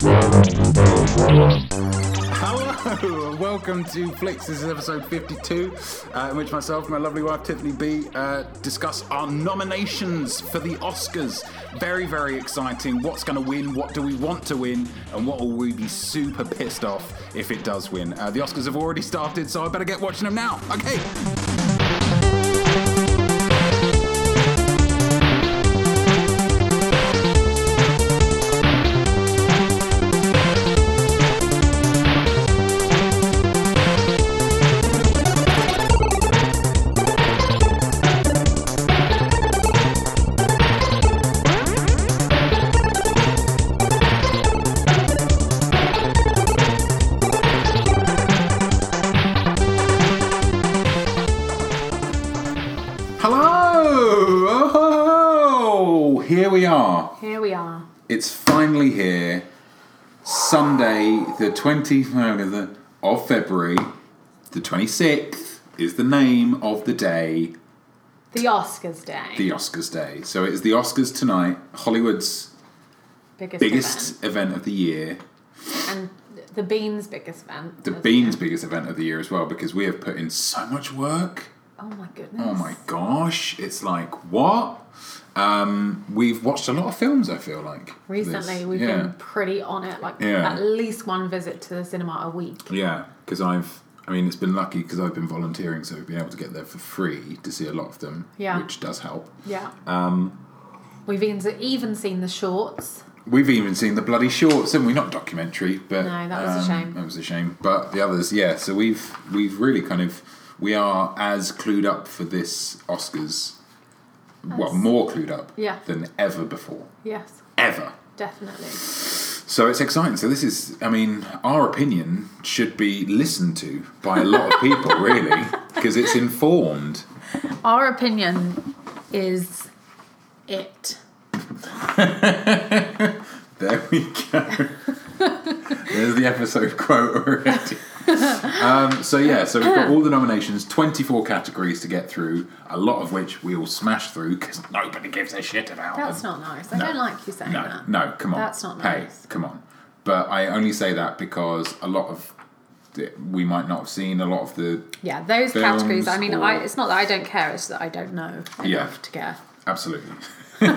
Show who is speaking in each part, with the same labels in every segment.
Speaker 1: Hello, and welcome to Flicks. This is episode 52, uh, in which myself and my lovely wife Tiffany B uh, discuss our nominations for the Oscars. Very, very exciting. What's going to win? What do we want to win? And what will we be super pissed off if it does win? Uh, the Oscars have already started, so I better get watching them now. Okay. Hello! Oh, here we are.
Speaker 2: Here we are.
Speaker 1: It's finally here. Sunday, the 20th no, no, the- of February, the 26th, is the name of the day,
Speaker 2: The Oscars Day.
Speaker 1: the Oscars Day. So it is the Oscars tonight, Hollywood's
Speaker 2: biggest,
Speaker 1: biggest event of the year,
Speaker 2: event. And the Beans' biggest event.
Speaker 1: the
Speaker 2: isn't
Speaker 1: Beans'
Speaker 2: it?
Speaker 1: biggest event of the year as well, because we have put in so much work.
Speaker 2: Oh my goodness.
Speaker 1: Oh my gosh, it's like, what? Um, we've watched a lot of films, I feel like. this.
Speaker 2: Recently, we've
Speaker 1: Yeah.
Speaker 2: been pretty on it. Like
Speaker 1: Yeah.
Speaker 2: at least one visit to the cinema a week.
Speaker 1: Yeah, because I've, I mean, it's been lucky because I've been volunteering, so I've been able to get there for free to see a lot of them.
Speaker 2: Yeah.
Speaker 1: Which does help.
Speaker 2: Yeah. Um. We've even even seen the shorts.
Speaker 1: We've even seen the bloody shorts, haven't we? Not documentary, but um,
Speaker 2: No, that was a shame.
Speaker 1: That was a shame. But the others, yeah. So we've we've really kind of we are as clued up for this Oscars, well, more clued up
Speaker 2: Yeah.
Speaker 1: than ever before,
Speaker 2: Yes,
Speaker 1: ever.
Speaker 2: definitely.
Speaker 1: So it's exciting. So this is, I mean, our opinion should be listened to by a lot of people, really, because it's informed.
Speaker 2: Our opinion is it.
Speaker 1: There we go. There's the episode quote already. Um, so yeah, so we've got all the nominations, 24 categories to get through, a lot of which we will smash through because nobody gives a shit about
Speaker 2: That's
Speaker 1: them.
Speaker 2: not nice. I don't like you saying that.
Speaker 1: Um, no, no, come on.
Speaker 2: That's not
Speaker 1: Hey,
Speaker 2: nice.
Speaker 1: come on. But I only say that because a lot of the- we might not have seen a lot of the
Speaker 2: Yeah, those
Speaker 1: Films
Speaker 2: categories. I mean,
Speaker 1: or-
Speaker 2: I, it's not that I don't care. It's that I don't know enough
Speaker 1: Yeah.
Speaker 2: to care.
Speaker 1: Absolutely. you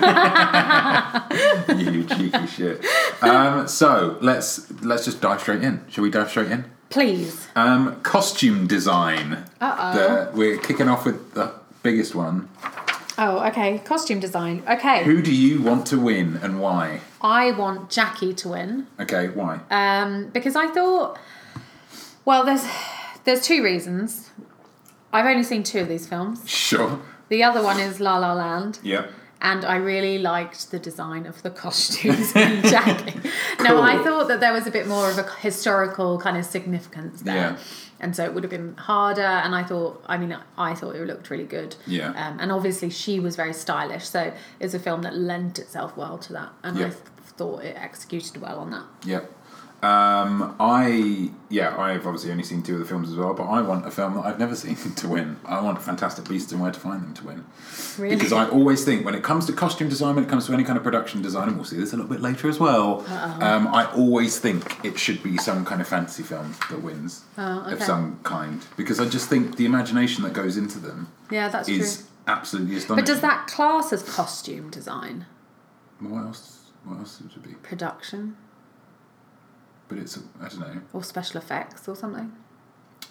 Speaker 1: cheeky shit. Um, so let's let's just dive straight in. Shall we dive straight in?
Speaker 2: Please.
Speaker 1: Um, costume design.
Speaker 2: Uh-oh.
Speaker 1: The- We're kicking off with the biggest one.
Speaker 2: Oh, okay. Costume design. Okay.
Speaker 1: Who do you want to win and why?
Speaker 2: I want Jackie to win
Speaker 1: Okay, why?
Speaker 2: um, because I thought, well, there's there's two reasons. I've only seen two of these films.
Speaker 1: Sure.
Speaker 2: The other one is La La Land,
Speaker 1: Yeah.
Speaker 2: and I really liked the design of the costumes in Jackie. No, I
Speaker 1: Cool.
Speaker 2: thought that there was a bit more of a historical kind of significance there.
Speaker 1: Yeah.
Speaker 2: And so it would have been harder, and I thought, I mean, I thought it looked really good.
Speaker 1: Yeah.
Speaker 2: Um, and obviously, she was very stylish, so it's a film that lent itself well to that, and
Speaker 1: Yeah.
Speaker 2: I thought it executed well on that.
Speaker 1: Yep. Um, I yeah, I've obviously only seen two of the films as well, but I want a film that I've never seen to win. I want Fantastic Beasts and Where to Find Them to win.
Speaker 2: Really?
Speaker 1: Because I always think when it comes to costume design, when it comes to any kind of production design, and we'll see this a little bit later as well.
Speaker 2: Uh-uh.
Speaker 1: Um, I always think it should be some kind of fantasy film that wins
Speaker 2: Oh,
Speaker 1: of
Speaker 2: okay.
Speaker 1: some kind, because I just think the imagination that goes into them
Speaker 2: Yeah, that's
Speaker 1: is
Speaker 2: true.
Speaker 1: absolutely astonishing.
Speaker 2: But does that class as costume design
Speaker 1: What else? What else would it be?
Speaker 2: production
Speaker 1: But it's I don't know.
Speaker 2: or special effects or something?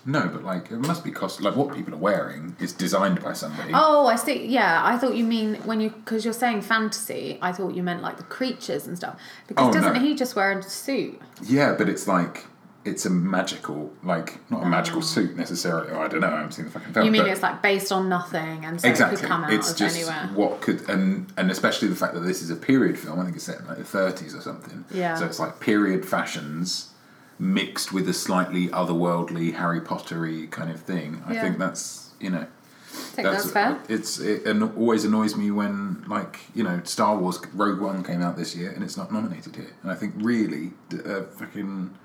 Speaker 1: No, but like it must be cost. Like what people are wearing is designed by somebody.
Speaker 2: Oh, I see. Yeah, I thought you mean when you because you're saying fantasy. I thought you meant like the creatures and stuff. Because
Speaker 1: Oh,
Speaker 2: doesn't
Speaker 1: no.
Speaker 2: he just wear a suit?
Speaker 1: Yeah, but it's like it's a magical, like not a magical suit necessarily. Or I don't know. I haven't seen the fucking film.
Speaker 2: Oh. You mean
Speaker 1: Oh, but
Speaker 2: it's like based on nothing and so it
Speaker 1: exactly?
Speaker 2: could come out
Speaker 1: It's
Speaker 2: of
Speaker 1: just
Speaker 2: anywhere.
Speaker 1: what could and and especially the fact that this is a period film. I think it's set in like the thirties or something.
Speaker 2: Yeah.
Speaker 1: So it's like period fashions mixed with a slightly otherworldly Harry Pottery kind of thing. I
Speaker 2: Yeah.
Speaker 1: think that's you know.
Speaker 2: I think that's, fair.
Speaker 1: It's it an- always annoys me when like you know Star Wars Rogue One came out this year and it's not nominated here, and I think really d- uh, fucking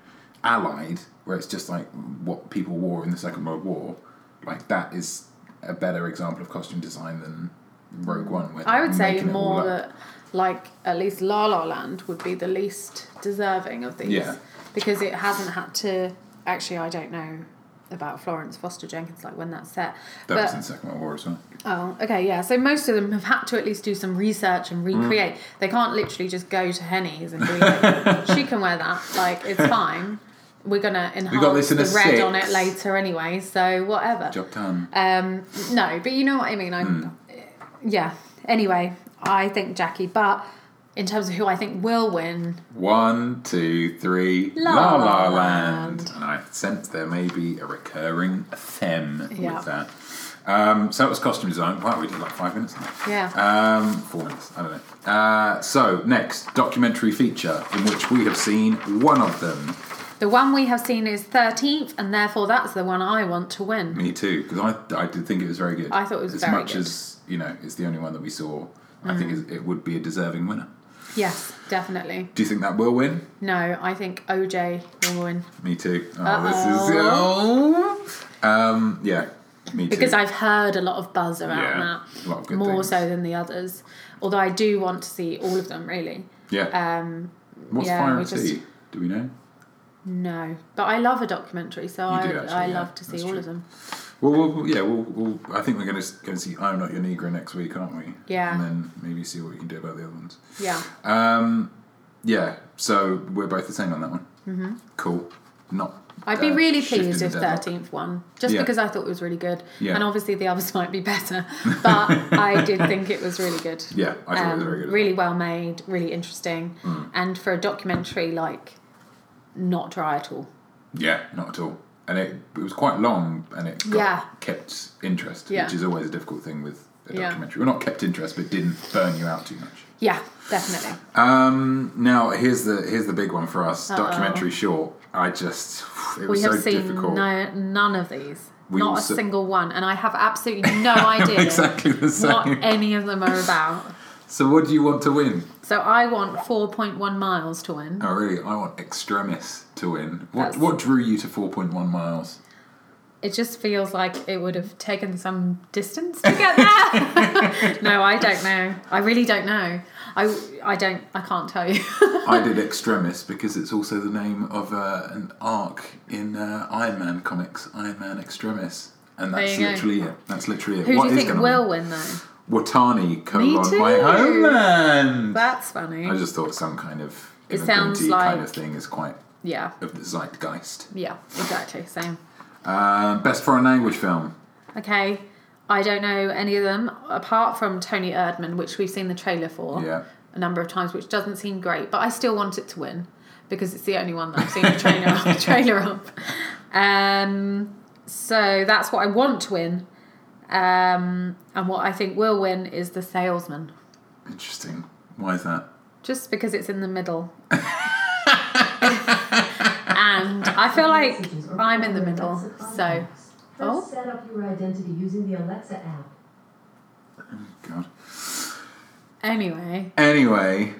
Speaker 1: Allied, where it's just like what people wore in the Second World War, like that is a better example of costume design than Rogue One. Where
Speaker 2: I
Speaker 1: they're
Speaker 2: would say
Speaker 1: making it all
Speaker 2: more
Speaker 1: up.
Speaker 2: that like at least La La Land would be the least deserving of these
Speaker 1: Yeah.
Speaker 2: because it hasn't had to. Actually, I don't know about Florence Foster Jenkins, like when that's set.
Speaker 1: That
Speaker 2: but
Speaker 1: was in the Second World War as well.
Speaker 2: Oh, okay, yeah. So most of them have had to at least do some research and
Speaker 1: Mm.
Speaker 2: recreate. They can't literally just go to Henny's and be like, she can wear that. Like, it's fine. We're going to enhance
Speaker 1: got this in
Speaker 2: the
Speaker 1: a
Speaker 2: red
Speaker 1: six.
Speaker 2: on it later anyway, so whatever.
Speaker 1: Job Mm. done.
Speaker 2: Um, no, but you know what I mean. I'm, Yeah. Anyway, I think Jackie, but in terms of who I think will win,
Speaker 1: One, two, three.
Speaker 2: La
Speaker 1: La La,
Speaker 2: La
Speaker 1: land.
Speaker 2: Land.
Speaker 1: And I sense there may be a recurring theme
Speaker 2: Yeah.
Speaker 1: with that. Um, so that was costume design. Wow, we did like five minutes. on that.
Speaker 2: yeah.
Speaker 1: Um, four minutes. I don't know. Uh, so next documentary feature in which we have seen one of them.
Speaker 2: the one we have seen is 13th, and therefore that's the one I want to win.
Speaker 1: Me too, because I, I did think it was very good.
Speaker 2: I thought it was
Speaker 1: as
Speaker 2: very
Speaker 1: much
Speaker 2: good. Mm.
Speaker 1: as you know, it's the only one that we saw. I think it- it would be a deserving winner.
Speaker 2: Yes, definitely.
Speaker 1: Do you think that will win?
Speaker 2: No, I think OJ will win.
Speaker 1: Me too. Oh, this is
Speaker 2: Uh-oh.
Speaker 1: oh. Um, yeah, me too.
Speaker 2: because I've heard a lot of buzz around
Speaker 1: Yeah,
Speaker 2: that,
Speaker 1: a lot of good
Speaker 2: more
Speaker 1: things.
Speaker 2: so than the others. Although I do want to see all of them, really.
Speaker 1: yeah.
Speaker 2: Um,
Speaker 1: What's
Speaker 2: yeah,
Speaker 1: fire
Speaker 2: we
Speaker 1: and
Speaker 2: just-
Speaker 1: tea? Do we know?
Speaker 2: no, but I love a documentary, so I,
Speaker 1: do actually,
Speaker 2: I
Speaker 1: yeah,
Speaker 2: love to see
Speaker 1: that's
Speaker 2: all
Speaker 1: true.
Speaker 2: of them.
Speaker 1: Well, we'll, we'll yeah, we'll, we'll. I think we're going to go and see "I'm Not Your Negro" next week, aren't we?
Speaker 2: Yeah.
Speaker 1: And then maybe see what we can do about the other ones.
Speaker 2: Yeah,
Speaker 1: Um, yeah. So we're both the same on that one. Mm-hmm. Cool. Not.
Speaker 2: I'd be
Speaker 1: uh,
Speaker 2: really
Speaker 1: shifting
Speaker 2: pleased
Speaker 1: the
Speaker 2: if
Speaker 1: deadlock.
Speaker 2: thirteenth won, just
Speaker 1: Yeah.
Speaker 2: because I thought it was really good,
Speaker 1: Yeah.
Speaker 2: and obviously the others might be better, but I did think it was really good.
Speaker 1: Yeah, I thought it was
Speaker 2: Um,
Speaker 1: very good. Mm.
Speaker 2: really well made, really interesting, and for a documentary, like not dry at all.
Speaker 1: Yeah, not at all. And it, it was quite long, and it got,
Speaker 2: Yeah.
Speaker 1: kept interest,
Speaker 2: Yeah.
Speaker 1: which is always a difficult thing with a
Speaker 2: Yeah.
Speaker 1: documentary. Well, not kept interest, but didn't burn you out too much.
Speaker 2: Yeah, definitely.
Speaker 1: Um, now here's the here's the big one for us. Documentary short. I just it was
Speaker 2: We have
Speaker 1: so
Speaker 2: seen
Speaker 1: difficult.
Speaker 2: no none of these.
Speaker 1: We
Speaker 2: Not
Speaker 1: also-
Speaker 2: a single one, and I have absolutely no idea
Speaker 1: exactly the same.
Speaker 2: what e- any of them are about.
Speaker 1: So what do you want to win?
Speaker 2: So I want four point one miles to win.
Speaker 1: Oh really? I want Extremis to win. What
Speaker 2: That's-
Speaker 1: what drew you to four point one miles?
Speaker 2: It just feels like it would have taken some distance to get there. no, I don't know. I really don't know. I, I don't. I can't tell you.
Speaker 1: I did Extremis because it's also the name of uh, an arc in uh, Iron Man comics, Iron Man Extremis. And that's
Speaker 2: you go.
Speaker 1: literally it. That's literally it.
Speaker 2: Who
Speaker 1: What
Speaker 2: do you
Speaker 1: is
Speaker 2: think
Speaker 1: gonna
Speaker 2: will win though?
Speaker 1: win? Watani colon
Speaker 2: too.
Speaker 1: my homeland?
Speaker 2: That's funny.
Speaker 1: I just thought some kind of
Speaker 2: It sounds
Speaker 1: immigrant-y kind
Speaker 2: like-
Speaker 1: of thing is quite
Speaker 2: yeah.
Speaker 1: of the zeitgeist.
Speaker 2: Yeah. Exactly. Same.
Speaker 1: Uh, best foreign language film.
Speaker 2: Okay. I don't know any of them apart from Tony Erdman, which we've seen the trailer for
Speaker 1: Yeah.
Speaker 2: a number of times, which doesn't seem great, but I still want it to win because it's the only one that I've seen the trailer of. Trailer of. Um, so that's what I want to win. Um, and what I think will win is The Salesman,
Speaker 1: Interesting. Why is that?
Speaker 2: just because it's in the middle. and I feel like I'm in the middle, so. Oh.
Speaker 3: First, set up your identity using the Alexa app.
Speaker 1: God.
Speaker 2: Anyway,
Speaker 1: Anyway,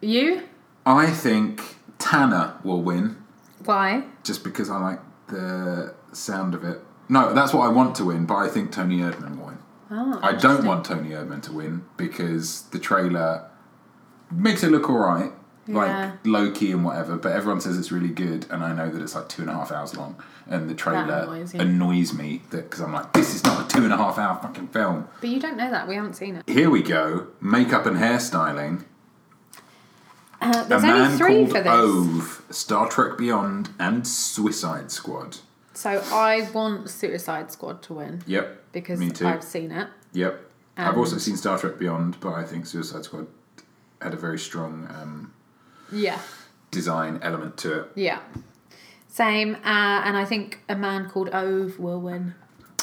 Speaker 2: you?
Speaker 1: I think Tanner will win.
Speaker 2: Why?
Speaker 1: just because I like the sound of it. No, that's what I want to win, but I think Tony Erdman will win.
Speaker 2: Oh,
Speaker 1: I don't want Tony Erdman to win because the trailer makes it look alright,
Speaker 2: Yeah.
Speaker 1: like low key and whatever, but everyone says it's really good, and I know that it's like two and a half hours long, and the trailer
Speaker 2: annoys
Speaker 1: annoys,
Speaker 2: you.
Speaker 1: me because I'm like, this is not a two and a half hour fucking film.
Speaker 2: But you don't know that. We haven't seen it.
Speaker 1: Here we go makeup and hairstyling.
Speaker 2: Uh, there's
Speaker 1: a man
Speaker 2: only three
Speaker 1: called
Speaker 2: for this.
Speaker 1: Ove, Star Trek Beyond, and Suicide Squad.
Speaker 2: So I want Suicide Squad to win
Speaker 1: Yep.
Speaker 2: because
Speaker 1: me too.
Speaker 2: I've seen it.
Speaker 1: Yep. I've
Speaker 2: And-
Speaker 1: also seen Star Trek Beyond, but I think Suicide Squad had a very strong um,
Speaker 2: Yeah.
Speaker 1: design element to it.
Speaker 2: Yeah. Same. Uh, and I think a man called Ove will win.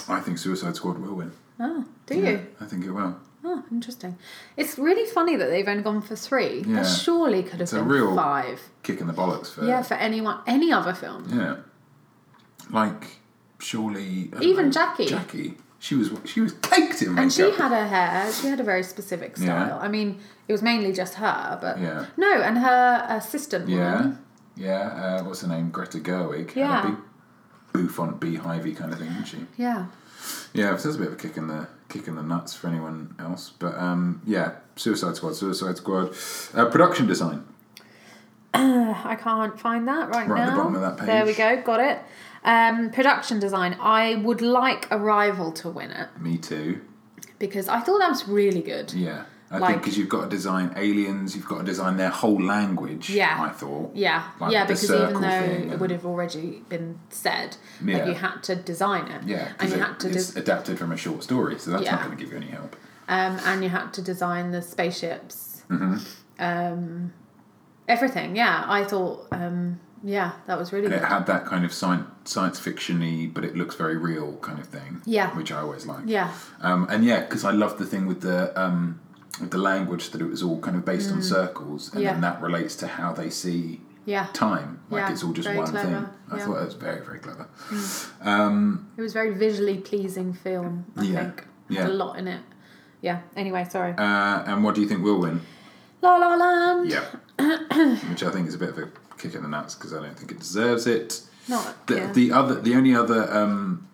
Speaker 1: I think Suicide Squad will win.
Speaker 2: Oh, do
Speaker 1: Yeah,
Speaker 2: you?
Speaker 1: I think it will.
Speaker 2: Oh, interesting. It's really funny that they've only gone for three.
Speaker 1: Yeah.
Speaker 2: There surely could have
Speaker 1: a
Speaker 2: been
Speaker 1: real- uh,
Speaker 2: five.
Speaker 1: Kicking the bollocks for
Speaker 2: Yeah, for anyone, any other film.
Speaker 1: yeah. Like surely I don't
Speaker 2: Even Jackie.
Speaker 1: Jackie, she was she was caked in makeup.
Speaker 2: And she had her hair. She had a very specific
Speaker 1: Yeah.
Speaker 2: style. I mean, it was mainly just her, but
Speaker 1: Yeah.
Speaker 2: no. And her assistant,
Speaker 1: yeah.
Speaker 2: woman,
Speaker 1: Yeah, uh, what's her name? Greta Gerwig. Had
Speaker 2: Yeah.
Speaker 1: a big boof on beehivey kind of thing, didn't she?
Speaker 2: yeah,
Speaker 1: Yeah, so there's a bit of a kick in the kick in the nuts for anyone else. But um, yeah, Suicide Squad, Suicide Squad. Uh, production design.
Speaker 2: I can't find that right,
Speaker 1: Right
Speaker 2: now.
Speaker 1: at the bottom of that page.
Speaker 2: There we go. Got it. Um, production design. I would like a rival to win it
Speaker 1: Me too.
Speaker 2: because I thought that was really good.
Speaker 1: Yeah. I think
Speaker 2: Like-
Speaker 1: because you've got to design aliens, you've got to design their whole language.
Speaker 2: Yeah.
Speaker 1: I thought.
Speaker 2: Yeah,
Speaker 1: Like
Speaker 2: yeah,
Speaker 1: the
Speaker 2: because even
Speaker 1: circle
Speaker 2: though
Speaker 1: thing
Speaker 2: it
Speaker 1: and-
Speaker 2: would have already been said,
Speaker 1: Yeah.
Speaker 2: like you had to design it.
Speaker 1: Yeah,
Speaker 2: and
Speaker 1: because
Speaker 2: you had to
Speaker 1: it's
Speaker 2: des-
Speaker 1: adapted from a short story, so that's not
Speaker 2: Yeah.
Speaker 1: going to give you any help.
Speaker 2: um, and you had to design the spaceships,
Speaker 1: Mm-hmm.
Speaker 2: um, everything. Yeah, I thought, um, yeah, that was really
Speaker 1: And it
Speaker 2: good.
Speaker 1: had that kind of science, science fiction-y, but it looks very real kind of thing.
Speaker 2: Yeah.
Speaker 1: Which I always like.
Speaker 2: Yeah,
Speaker 1: Um, and yeah, because I love the thing with the um, with the language that it was all kind of based on circles, and
Speaker 2: Mm. Yeah.
Speaker 1: then that relates to how they see
Speaker 2: yeah,
Speaker 1: time. Like
Speaker 2: Yeah,
Speaker 1: it's all just
Speaker 2: very
Speaker 1: one thing.
Speaker 2: clever,
Speaker 1: I
Speaker 2: yeah.
Speaker 1: thought that was very very clever.
Speaker 2: it was a very visually pleasing film. I
Speaker 1: Yeah,
Speaker 2: think
Speaker 1: yeah.
Speaker 2: had a lot in it. Yeah. Anyway, sorry.
Speaker 1: Uh, and what do you think will win?
Speaker 2: La La Land.
Speaker 1: Yeah. Which I think is a bit of a kick in the nuts because I don't think it deserves it.
Speaker 2: Not
Speaker 1: The,
Speaker 2: yeah.
Speaker 1: the other, the only other um,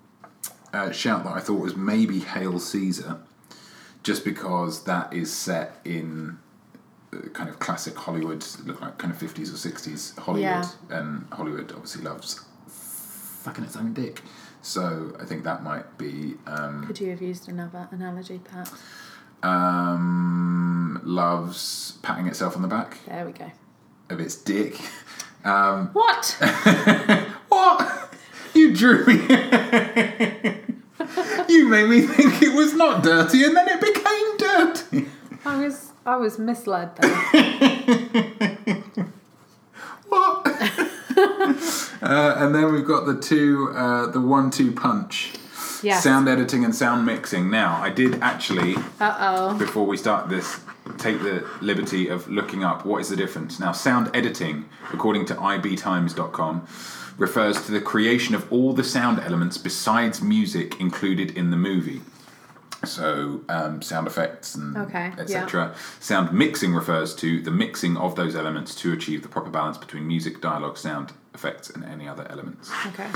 Speaker 1: uh, shout that I thought was maybe "Hail Caesar," just because that is set in uh, kind of classic Hollywood, look like kind of fifties or sixties Hollywood,
Speaker 2: Yeah.
Speaker 1: and Hollywood obviously loves fucking its own dick. So I think that might be um,
Speaker 2: Could you have used another analogy, perhaps?
Speaker 1: um, loves patting itself on the back
Speaker 2: There we go.
Speaker 1: of its dick.
Speaker 2: What?
Speaker 1: What? You drew me. you made me think it was not dirty, and then it became dirty.
Speaker 2: I was I was misled there.
Speaker 1: What? uh, and then we've got the two, uh, the one-two punch.
Speaker 2: Yes.
Speaker 1: Sound editing and sound mixing. Now, I did actually,
Speaker 2: Uh oh.
Speaker 1: before we start this, take the liberty of looking up what is the difference. Now, sound editing, according to ibtimes.com, refers to the creation of all the sound elements besides music included in the movie. so um, sound effects and
Speaker 2: Okay,
Speaker 1: etc. Sound mixing refers to the mixing of those elements to achieve the proper balance between music, dialogue, sound effects, and any other elements.
Speaker 2: Okay.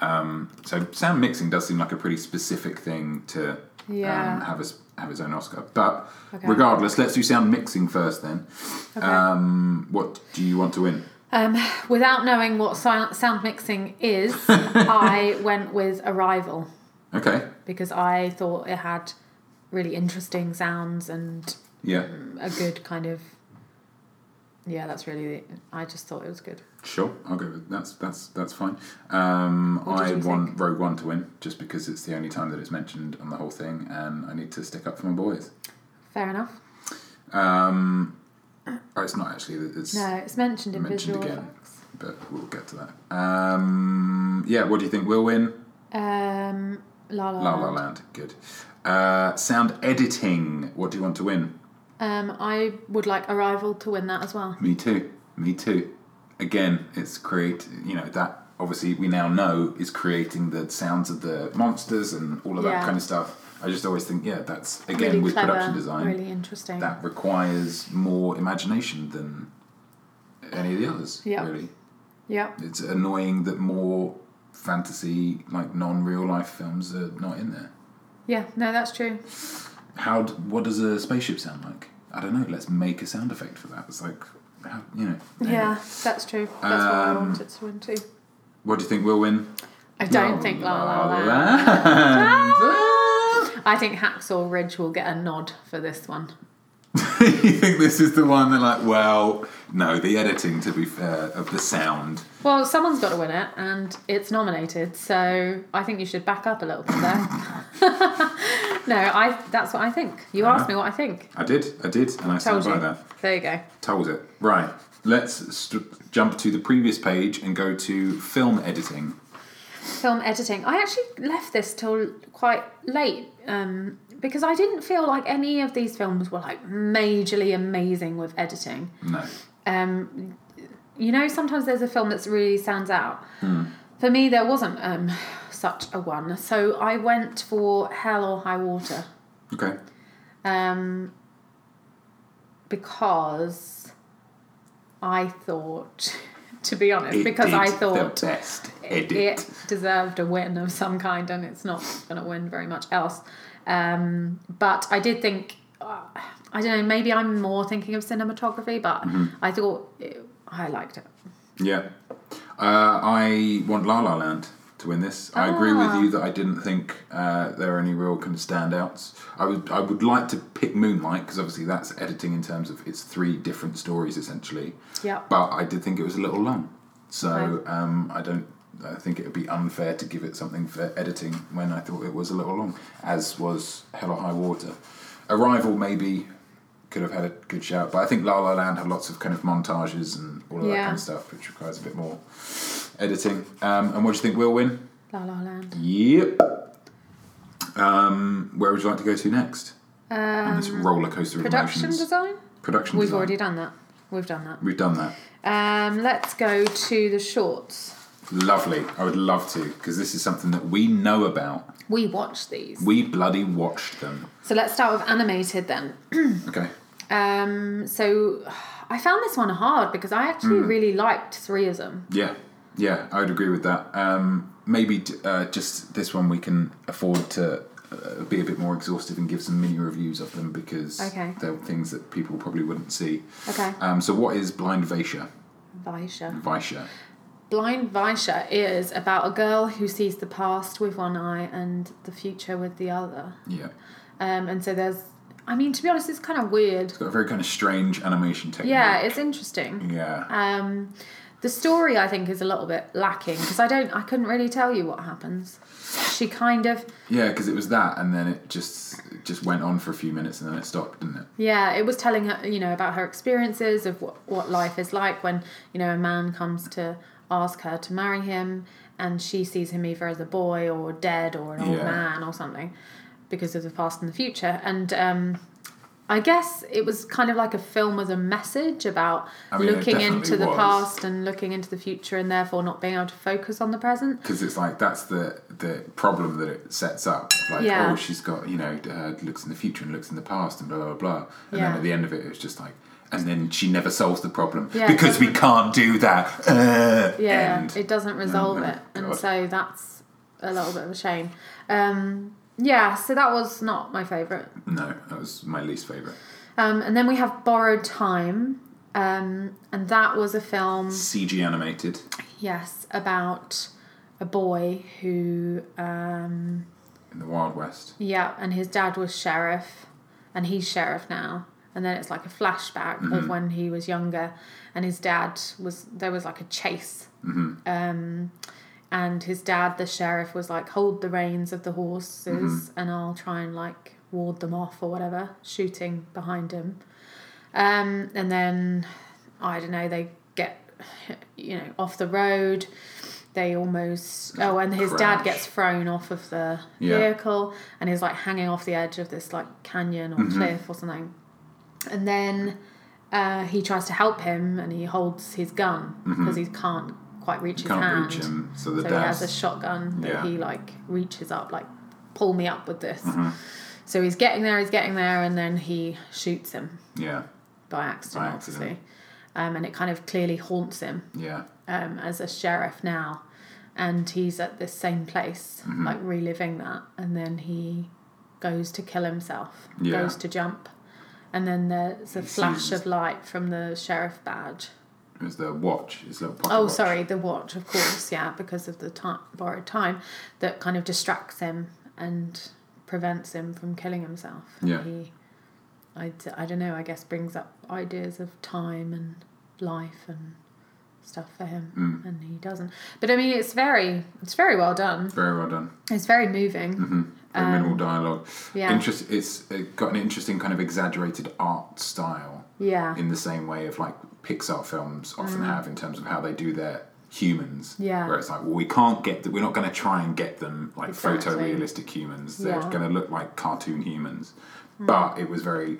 Speaker 1: Um, So sound mixing does seem like a pretty specific thing to um,
Speaker 2: Yeah.
Speaker 1: have his have his own Oscar. But
Speaker 2: Okay.
Speaker 1: regardless, let's do sound mixing first. Then,
Speaker 2: Okay.
Speaker 1: um, what do you want to win?
Speaker 2: Without knowing what sound, sound mixing is, I went with Arrival
Speaker 1: Okay,
Speaker 2: because I thought it had really interesting sounds and
Speaker 1: yeah,
Speaker 2: a good kind of. Yeah, that's really. I just thought it was good.
Speaker 1: sure, I'll go. With, that's that's that's fine. Um,
Speaker 2: What did
Speaker 1: I
Speaker 2: you
Speaker 1: want
Speaker 2: think?
Speaker 1: Rogue One to win just because it's the only time that it's mentioned on the whole thing, and I need to stick up for my boys.
Speaker 2: Fair enough.
Speaker 1: Um, oh, it's not actually. It's
Speaker 2: No, it's mentioned in
Speaker 1: mentioned
Speaker 2: visual
Speaker 1: again,
Speaker 2: effects.
Speaker 1: but we'll get to that. Um, yeah, what do you think will win?
Speaker 2: Um, La La.
Speaker 1: La La
Speaker 2: Land.
Speaker 1: Land. Good. Uh, sound editing. What do you want to win?
Speaker 2: Um, I would like Arrival to win that as well.
Speaker 1: Me too. Me too. Again, it's create. You know that obviously we now know is creating the sounds of the monsters and all of that
Speaker 2: Yeah.
Speaker 1: kind of stuff. I just always think, yeah, that's again
Speaker 2: really
Speaker 1: with
Speaker 2: clever,
Speaker 1: production design
Speaker 2: Really interesting.
Speaker 1: that requires more imagination than any of the others.
Speaker 2: Yeah.
Speaker 1: Really,
Speaker 2: Yep.
Speaker 1: it's annoying that more fantasy, like non-real life films, are not in there.
Speaker 2: Yeah, no, that's true.
Speaker 1: how d- what does a spaceship sound like i don't know let's make a sound effect for that it's like how, you know anyway.
Speaker 2: Yeah, that's true. That's what I
Speaker 1: Um,
Speaker 2: wanted to win too.
Speaker 1: what do you think will win
Speaker 2: I don't think La La Land.
Speaker 1: Land.
Speaker 2: I think Hacksaw Ridge will get a nod for this one.
Speaker 1: you think this is the one that like well no the editing to be fair of the sound
Speaker 2: Well, someone's got to win it, and it's nominated, so I think you should back up a little bit there. no, I. That's what I think. You asked me what I think.
Speaker 1: i did i did and i stand
Speaker 2: Told
Speaker 1: by
Speaker 2: you.
Speaker 1: that
Speaker 2: There you go.
Speaker 1: told it right let's st- jump to the previous page and go to film editing
Speaker 2: film editing. I actually left this till quite late um, because I didn't feel like any of these films were like majorly amazing with editing.
Speaker 1: no
Speaker 2: Um, you know, sometimes there's a film that's really stands out. For me, there wasn't um, such a one, so I went for Hell or High Water
Speaker 1: okay
Speaker 2: um, because I thought, to be honest,
Speaker 1: It
Speaker 2: because
Speaker 1: did
Speaker 2: I thought
Speaker 1: the best edit
Speaker 2: it deserved a win of some kind and it's not going to win very much else. Um, but I did think, uh, I don't know, maybe I'm more thinking of cinematography, but
Speaker 1: Mm-hmm.
Speaker 2: I thought it, I liked it.
Speaker 1: Yeah. Uh, I want La La Land to win this. I agree with you that I didn't think uh, there are any real kind of standouts. I would I would like to pick Moonlight because obviously that's editing in terms of it's three different stories essentially.
Speaker 2: Yeah.
Speaker 1: But I did think it was a little long, so
Speaker 2: Right.
Speaker 1: um, I don't. I think it would be unfair to give it something for editing when I thought it was a little long, as was Hell or High Water. Arrival maybe could have had a good shout, but I think La La Land had lots of kind of montages and all of that
Speaker 2: Yeah.
Speaker 1: kind of stuff, which requires a bit more editing. Um, and what do you think will win?
Speaker 2: La La Land.
Speaker 1: Yep. Um, where would you like to go to next? Um, this roller coaster of
Speaker 2: Production
Speaker 1: emotions.
Speaker 2: design?
Speaker 1: production.
Speaker 2: We've
Speaker 1: design.
Speaker 2: already done that. We've done that.
Speaker 1: We've done that.
Speaker 2: Um, let's go to the shorts.
Speaker 1: Lovely. I would love to because this is something that we know about.
Speaker 2: We watched these.
Speaker 1: We bloody watched them.
Speaker 2: So let's start with animated then.
Speaker 1: Okay.
Speaker 2: Um, so I found this one hard because I actually really liked three of them.
Speaker 1: Yeah. Yeah. I would agree with that. Um, maybe d- uh, just this one we can afford to. Uh, be a bit more exhaustive and give some mini reviews of them because
Speaker 2: Okay.
Speaker 1: they're things that people probably wouldn't see.
Speaker 2: Okay.
Speaker 1: Um, so, what is Blind Vaisha?
Speaker 2: Vaisha.
Speaker 1: Vaisha.
Speaker 2: Blind Vaisha is about a girl who sees the past with one eye and the future with the other.
Speaker 1: Yeah.
Speaker 2: Um, and so there's, I mean, to be honest, it's kind of weird.
Speaker 1: It's got a very kind of strange animation technique.
Speaker 2: Yeah, it's interesting.
Speaker 1: Yeah.
Speaker 2: Um, the story I think is a little bit lacking because I don't, I couldn't really tell you what happens. She kind of,
Speaker 1: Yeah, because it was that, and then it just it just went on for a few minutes, and then it stopped, didn't it?
Speaker 2: Yeah, it was telling her, you know, about her experiences of what, what life is like when, you know, a man comes to ask her to marry him and she sees him either as a boy or dead or an old
Speaker 1: Yeah.
Speaker 2: man or something because of the past and the future. And um, I guess it was kind of like a film as a message about
Speaker 1: I mean, it
Speaker 2: looking
Speaker 1: definitely
Speaker 2: into the
Speaker 1: was.
Speaker 2: past and looking into the future and therefore not being able to focus on the present.
Speaker 1: Because it's like that's the the problem that it sets up. Like,
Speaker 2: Yeah.
Speaker 1: oh, she's got you know uh, looks in the future and looks in the past and blah blah blah. And then
Speaker 2: Yeah.
Speaker 1: at the end of it, it's just like, and then she never solves the problem
Speaker 2: Yeah, it
Speaker 1: because we
Speaker 2: doesn't-
Speaker 1: can't do that. Uh,
Speaker 2: yeah
Speaker 1: end.
Speaker 2: it doesn't resolve
Speaker 1: Oh,
Speaker 2: it and
Speaker 1: God.
Speaker 2: so that's a little bit of a shame um yeah so that was not my favorite
Speaker 1: no, that was my least favorite.
Speaker 2: um and then we have borrowed time um and that was a film
Speaker 1: CG animated.
Speaker 2: yes about a boy who um
Speaker 1: In the Wild West.
Speaker 2: yeah and his dad was sheriff and he's sheriff now and then it's like a flashback of when he was younger and his dad was there was like a chase um, and his dad, the sheriff, was like, "Hold the reins of the horses, and I'll try and like ward them off or whatever." Shooting behind him, um, and then I don't know. They get you know off the road. They almost oh, and his dad
Speaker 1: crash.
Speaker 2: gets thrown off of the
Speaker 1: Yeah.
Speaker 2: vehicle, and is like hanging off the edge of this like canyon or
Speaker 1: Mm-hmm.
Speaker 2: cliff or something, and then. Uh, he tries to help him and he holds his gun because he can't quite reach
Speaker 1: You
Speaker 2: his hand.
Speaker 1: Mm-hmm. can't reach him, so the
Speaker 2: so he
Speaker 1: dad.
Speaker 2: has a shotgun that
Speaker 1: Yeah.
Speaker 2: he like reaches up, like pull me up with this.
Speaker 1: Mm-hmm.
Speaker 2: So he's getting there, he's getting there, and then he shoots him
Speaker 1: yeah,
Speaker 2: by accident,
Speaker 1: By accident.
Speaker 2: obviously. Um, and it kind of clearly haunts him
Speaker 1: yeah.
Speaker 2: um, as a sheriff now, and he's at this same place,
Speaker 1: Mm-hmm.
Speaker 2: like reliving that, and then he goes to kill himself,
Speaker 1: Yeah.
Speaker 2: goes to jump, and then there's a
Speaker 1: He
Speaker 2: flash
Speaker 1: sees-
Speaker 2: of light from the sheriff badge.
Speaker 1: It was the watch. His little pocket
Speaker 2: Oh,
Speaker 1: watch.
Speaker 2: sorry, the watch, of course, yeah, because of the time, borrowed time that kind of distracts him and prevents him from killing himself. And
Speaker 1: Yeah.
Speaker 2: He, I, d- I don't know, I guess brings up ideas of time and life and stuff for him
Speaker 1: Mm.
Speaker 2: and he doesn't but i mean it's very it's very well done
Speaker 1: Very well done.
Speaker 2: it's very moving
Speaker 1: Mm-hmm. Very minimal dialogue.
Speaker 2: Um, yeah.
Speaker 1: Interest, it's it got an interesting kind of exaggerated art style
Speaker 2: yeah
Speaker 1: in the same way of like Pixar films often have in terms of how they do their humans.
Speaker 2: Mm. Yeah.
Speaker 1: Where it's like, well, we can't get that. We're not going to try and get them like
Speaker 2: Exactly.
Speaker 1: photorealistic humans. They're
Speaker 2: Yeah. Hmm.
Speaker 1: going to look like cartoon humans. But it was very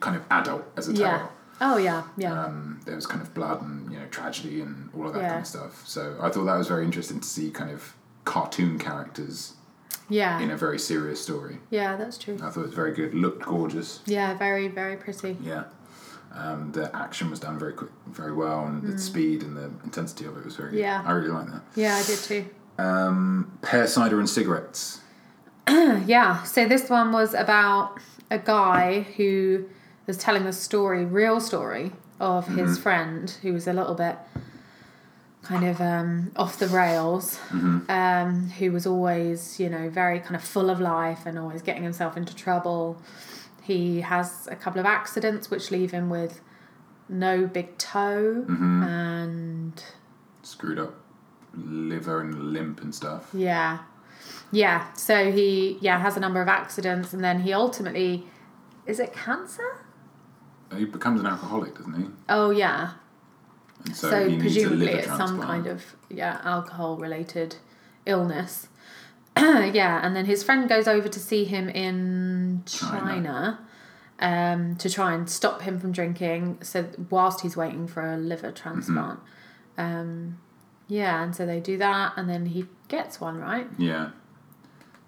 Speaker 1: kind of adult as a
Speaker 2: yeah
Speaker 1: tale.
Speaker 2: oh yeah yeah
Speaker 1: Um, there was kind of blood and you know tragedy and all of that
Speaker 2: Yeah.
Speaker 1: kind of stuff. So I thought that was very interesting to see kind of cartoon characters
Speaker 2: yeah
Speaker 1: in a very serious story.
Speaker 2: yeah that's true
Speaker 1: I thought it was very good. Looked gorgeous.
Speaker 2: yeah very very pretty
Speaker 1: Yeah. Um, the action was done very quick, very well, and
Speaker 2: Mm.
Speaker 1: the speed and the intensity of it was
Speaker 2: yeah, so this one was about a guy who was telling the story, real story, of his friend who was a little bit kind of um, off the rails, um, who was always, you know, very kind of full of life and always getting himself into trouble. He has a couple of accidents which leave him with no big toe and
Speaker 1: Screwed up liver and limp and stuff.
Speaker 2: yeah. Yeah. So he yeah, has a number of accidents and then he ultimately is it cancer?
Speaker 1: He becomes an alcoholic, doesn't he?
Speaker 2: Oh yeah.
Speaker 1: And so,
Speaker 2: So,
Speaker 1: he needs a
Speaker 2: presumably
Speaker 1: liver
Speaker 2: it's
Speaker 1: transplant.
Speaker 2: some kind of yeah, alcohol related illness. yeah, and then his friend goes over to see him in China.
Speaker 1: China.
Speaker 2: Um, to try and stop him from drinking, so whilst he's waiting for a
Speaker 1: Mm-hmm.
Speaker 2: liver transplant, um, yeah, and so they do that, and then he gets one, right?
Speaker 1: Yeah,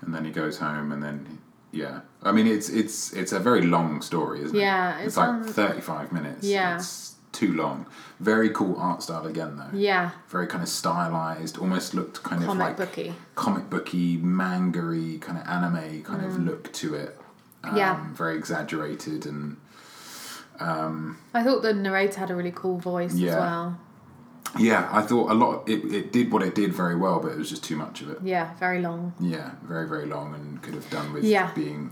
Speaker 1: and then he goes home, and then yeah. I mean, it's it's it's a very long story, isn't it?
Speaker 2: Yeah,
Speaker 1: it's,
Speaker 2: it's
Speaker 1: like
Speaker 2: on-
Speaker 1: thirty-five minutes.
Speaker 2: Yeah.
Speaker 1: it's too long. Very cool art style again, though.
Speaker 2: Yeah,
Speaker 1: Very kind of stylized, almost looked kind
Speaker 2: comic
Speaker 1: of like
Speaker 2: booky.
Speaker 1: comic booky, mangery kind of anime kind of look to it. Um,
Speaker 2: Mm. Yeah.
Speaker 1: very exaggerated and
Speaker 2: I thought the narrator had a really cool voice
Speaker 1: Yeah.
Speaker 2: as well.
Speaker 1: yeah. I thought a lot. It it did what it did very well, but it was just too much of it.
Speaker 2: Yeah, very long.
Speaker 1: Yeah, very very long, and could have done with
Speaker 2: Yeah.
Speaker 1: being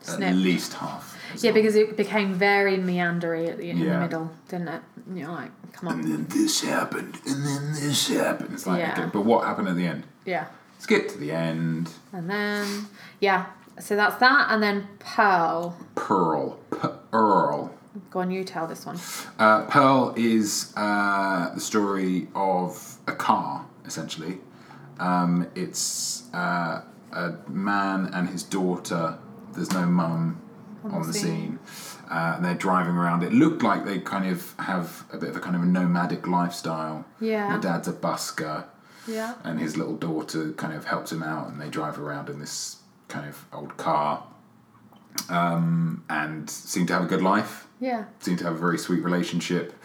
Speaker 1: at
Speaker 2: Snipped.
Speaker 1: least half. as
Speaker 2: Yeah,
Speaker 1: long.
Speaker 2: because it became very meandery at the, in
Speaker 1: Yeah.
Speaker 2: the middle, didn't it? And You're like, come
Speaker 1: and
Speaker 2: on.
Speaker 1: then this happened, and then this happened. It's like,
Speaker 2: Yeah.
Speaker 1: okay, but what happened at the end?
Speaker 2: Yeah.
Speaker 1: Let's get to the end.
Speaker 2: And then, yeah. So that's that. And then Pearl.
Speaker 1: Pearl. Pearl.
Speaker 2: Go on, you tell this one.
Speaker 1: Uh, Pearl is uh, the story of a car, essentially. Um, it's uh, a man and his daughter. There's no mum on, the scene. Uh, and they're driving around. It looked like they kind of have a bit of a kind of a nomadic lifestyle.
Speaker 2: Yeah.
Speaker 1: The dad's a busker.
Speaker 2: Yeah.
Speaker 1: and his little daughter kind of helps him out and they drive around in this kind of old car um, and seem to have a good life
Speaker 2: Yeah.
Speaker 1: seem to have a very sweet relationship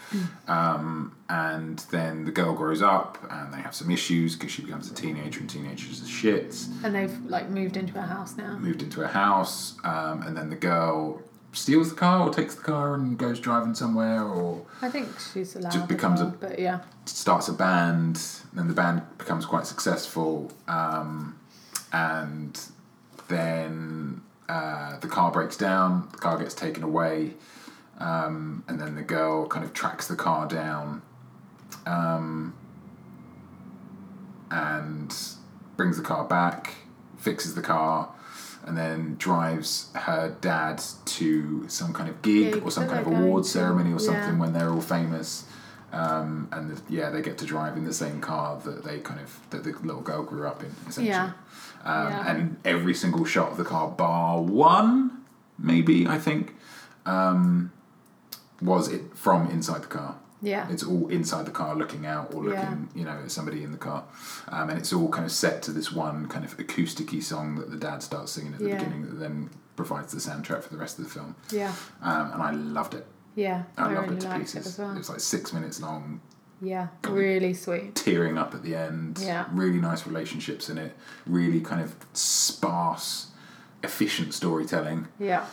Speaker 1: um, and then the girl grows up and they have some issues because she becomes a teenager and teenagers are shits
Speaker 2: And they've like moved into a house now.
Speaker 1: moved into a house, um, and then the girl steals the car or takes the car and goes driving somewhere or
Speaker 2: I think she's allowed.
Speaker 1: Just
Speaker 2: as
Speaker 1: becomes a-
Speaker 2: well, But yeah.
Speaker 1: starts a band. Then the band becomes quite successful, um, and then uh, the car breaks down. The car gets taken away, um, and then the girl kind of tracks the car down, um, and brings the car back, fixes the car. And then drives her dad to some kind of gig
Speaker 2: Gig
Speaker 1: or some
Speaker 2: that
Speaker 1: kind of
Speaker 2: they're going
Speaker 1: awards
Speaker 2: to,
Speaker 1: ceremony or
Speaker 2: yeah.
Speaker 1: something when they're all famous um, and the, yeah, they get to drive in the same car that they kind of that the little girl grew up in, essentially.
Speaker 2: Yeah.
Speaker 1: Um,
Speaker 2: Yeah.
Speaker 1: And every single shot of the car, bar one, maybe I think, um, was it from inside the car.
Speaker 2: Yeah.
Speaker 1: It's all inside the car, looking out or looking,
Speaker 2: Yeah.
Speaker 1: you know, at somebody in the car, um, and it's all kind of set to this one kind of acousticy song that the dad starts singing at the
Speaker 2: Yeah.
Speaker 1: beginning, that then provides the soundtrack for the rest of the film.
Speaker 2: Yeah.
Speaker 1: Um, and I loved it.
Speaker 2: Yeah.
Speaker 1: I,
Speaker 2: I,
Speaker 1: loved
Speaker 2: really
Speaker 1: it to
Speaker 2: liked
Speaker 1: pieces.
Speaker 2: it as well.
Speaker 1: It was like six minutes long,
Speaker 2: yeah. Really sweet.
Speaker 1: tearing up at the end.
Speaker 2: Yeah.
Speaker 1: Really nice relationships in it. Really kind of sparse, efficient storytelling.
Speaker 2: Yeah.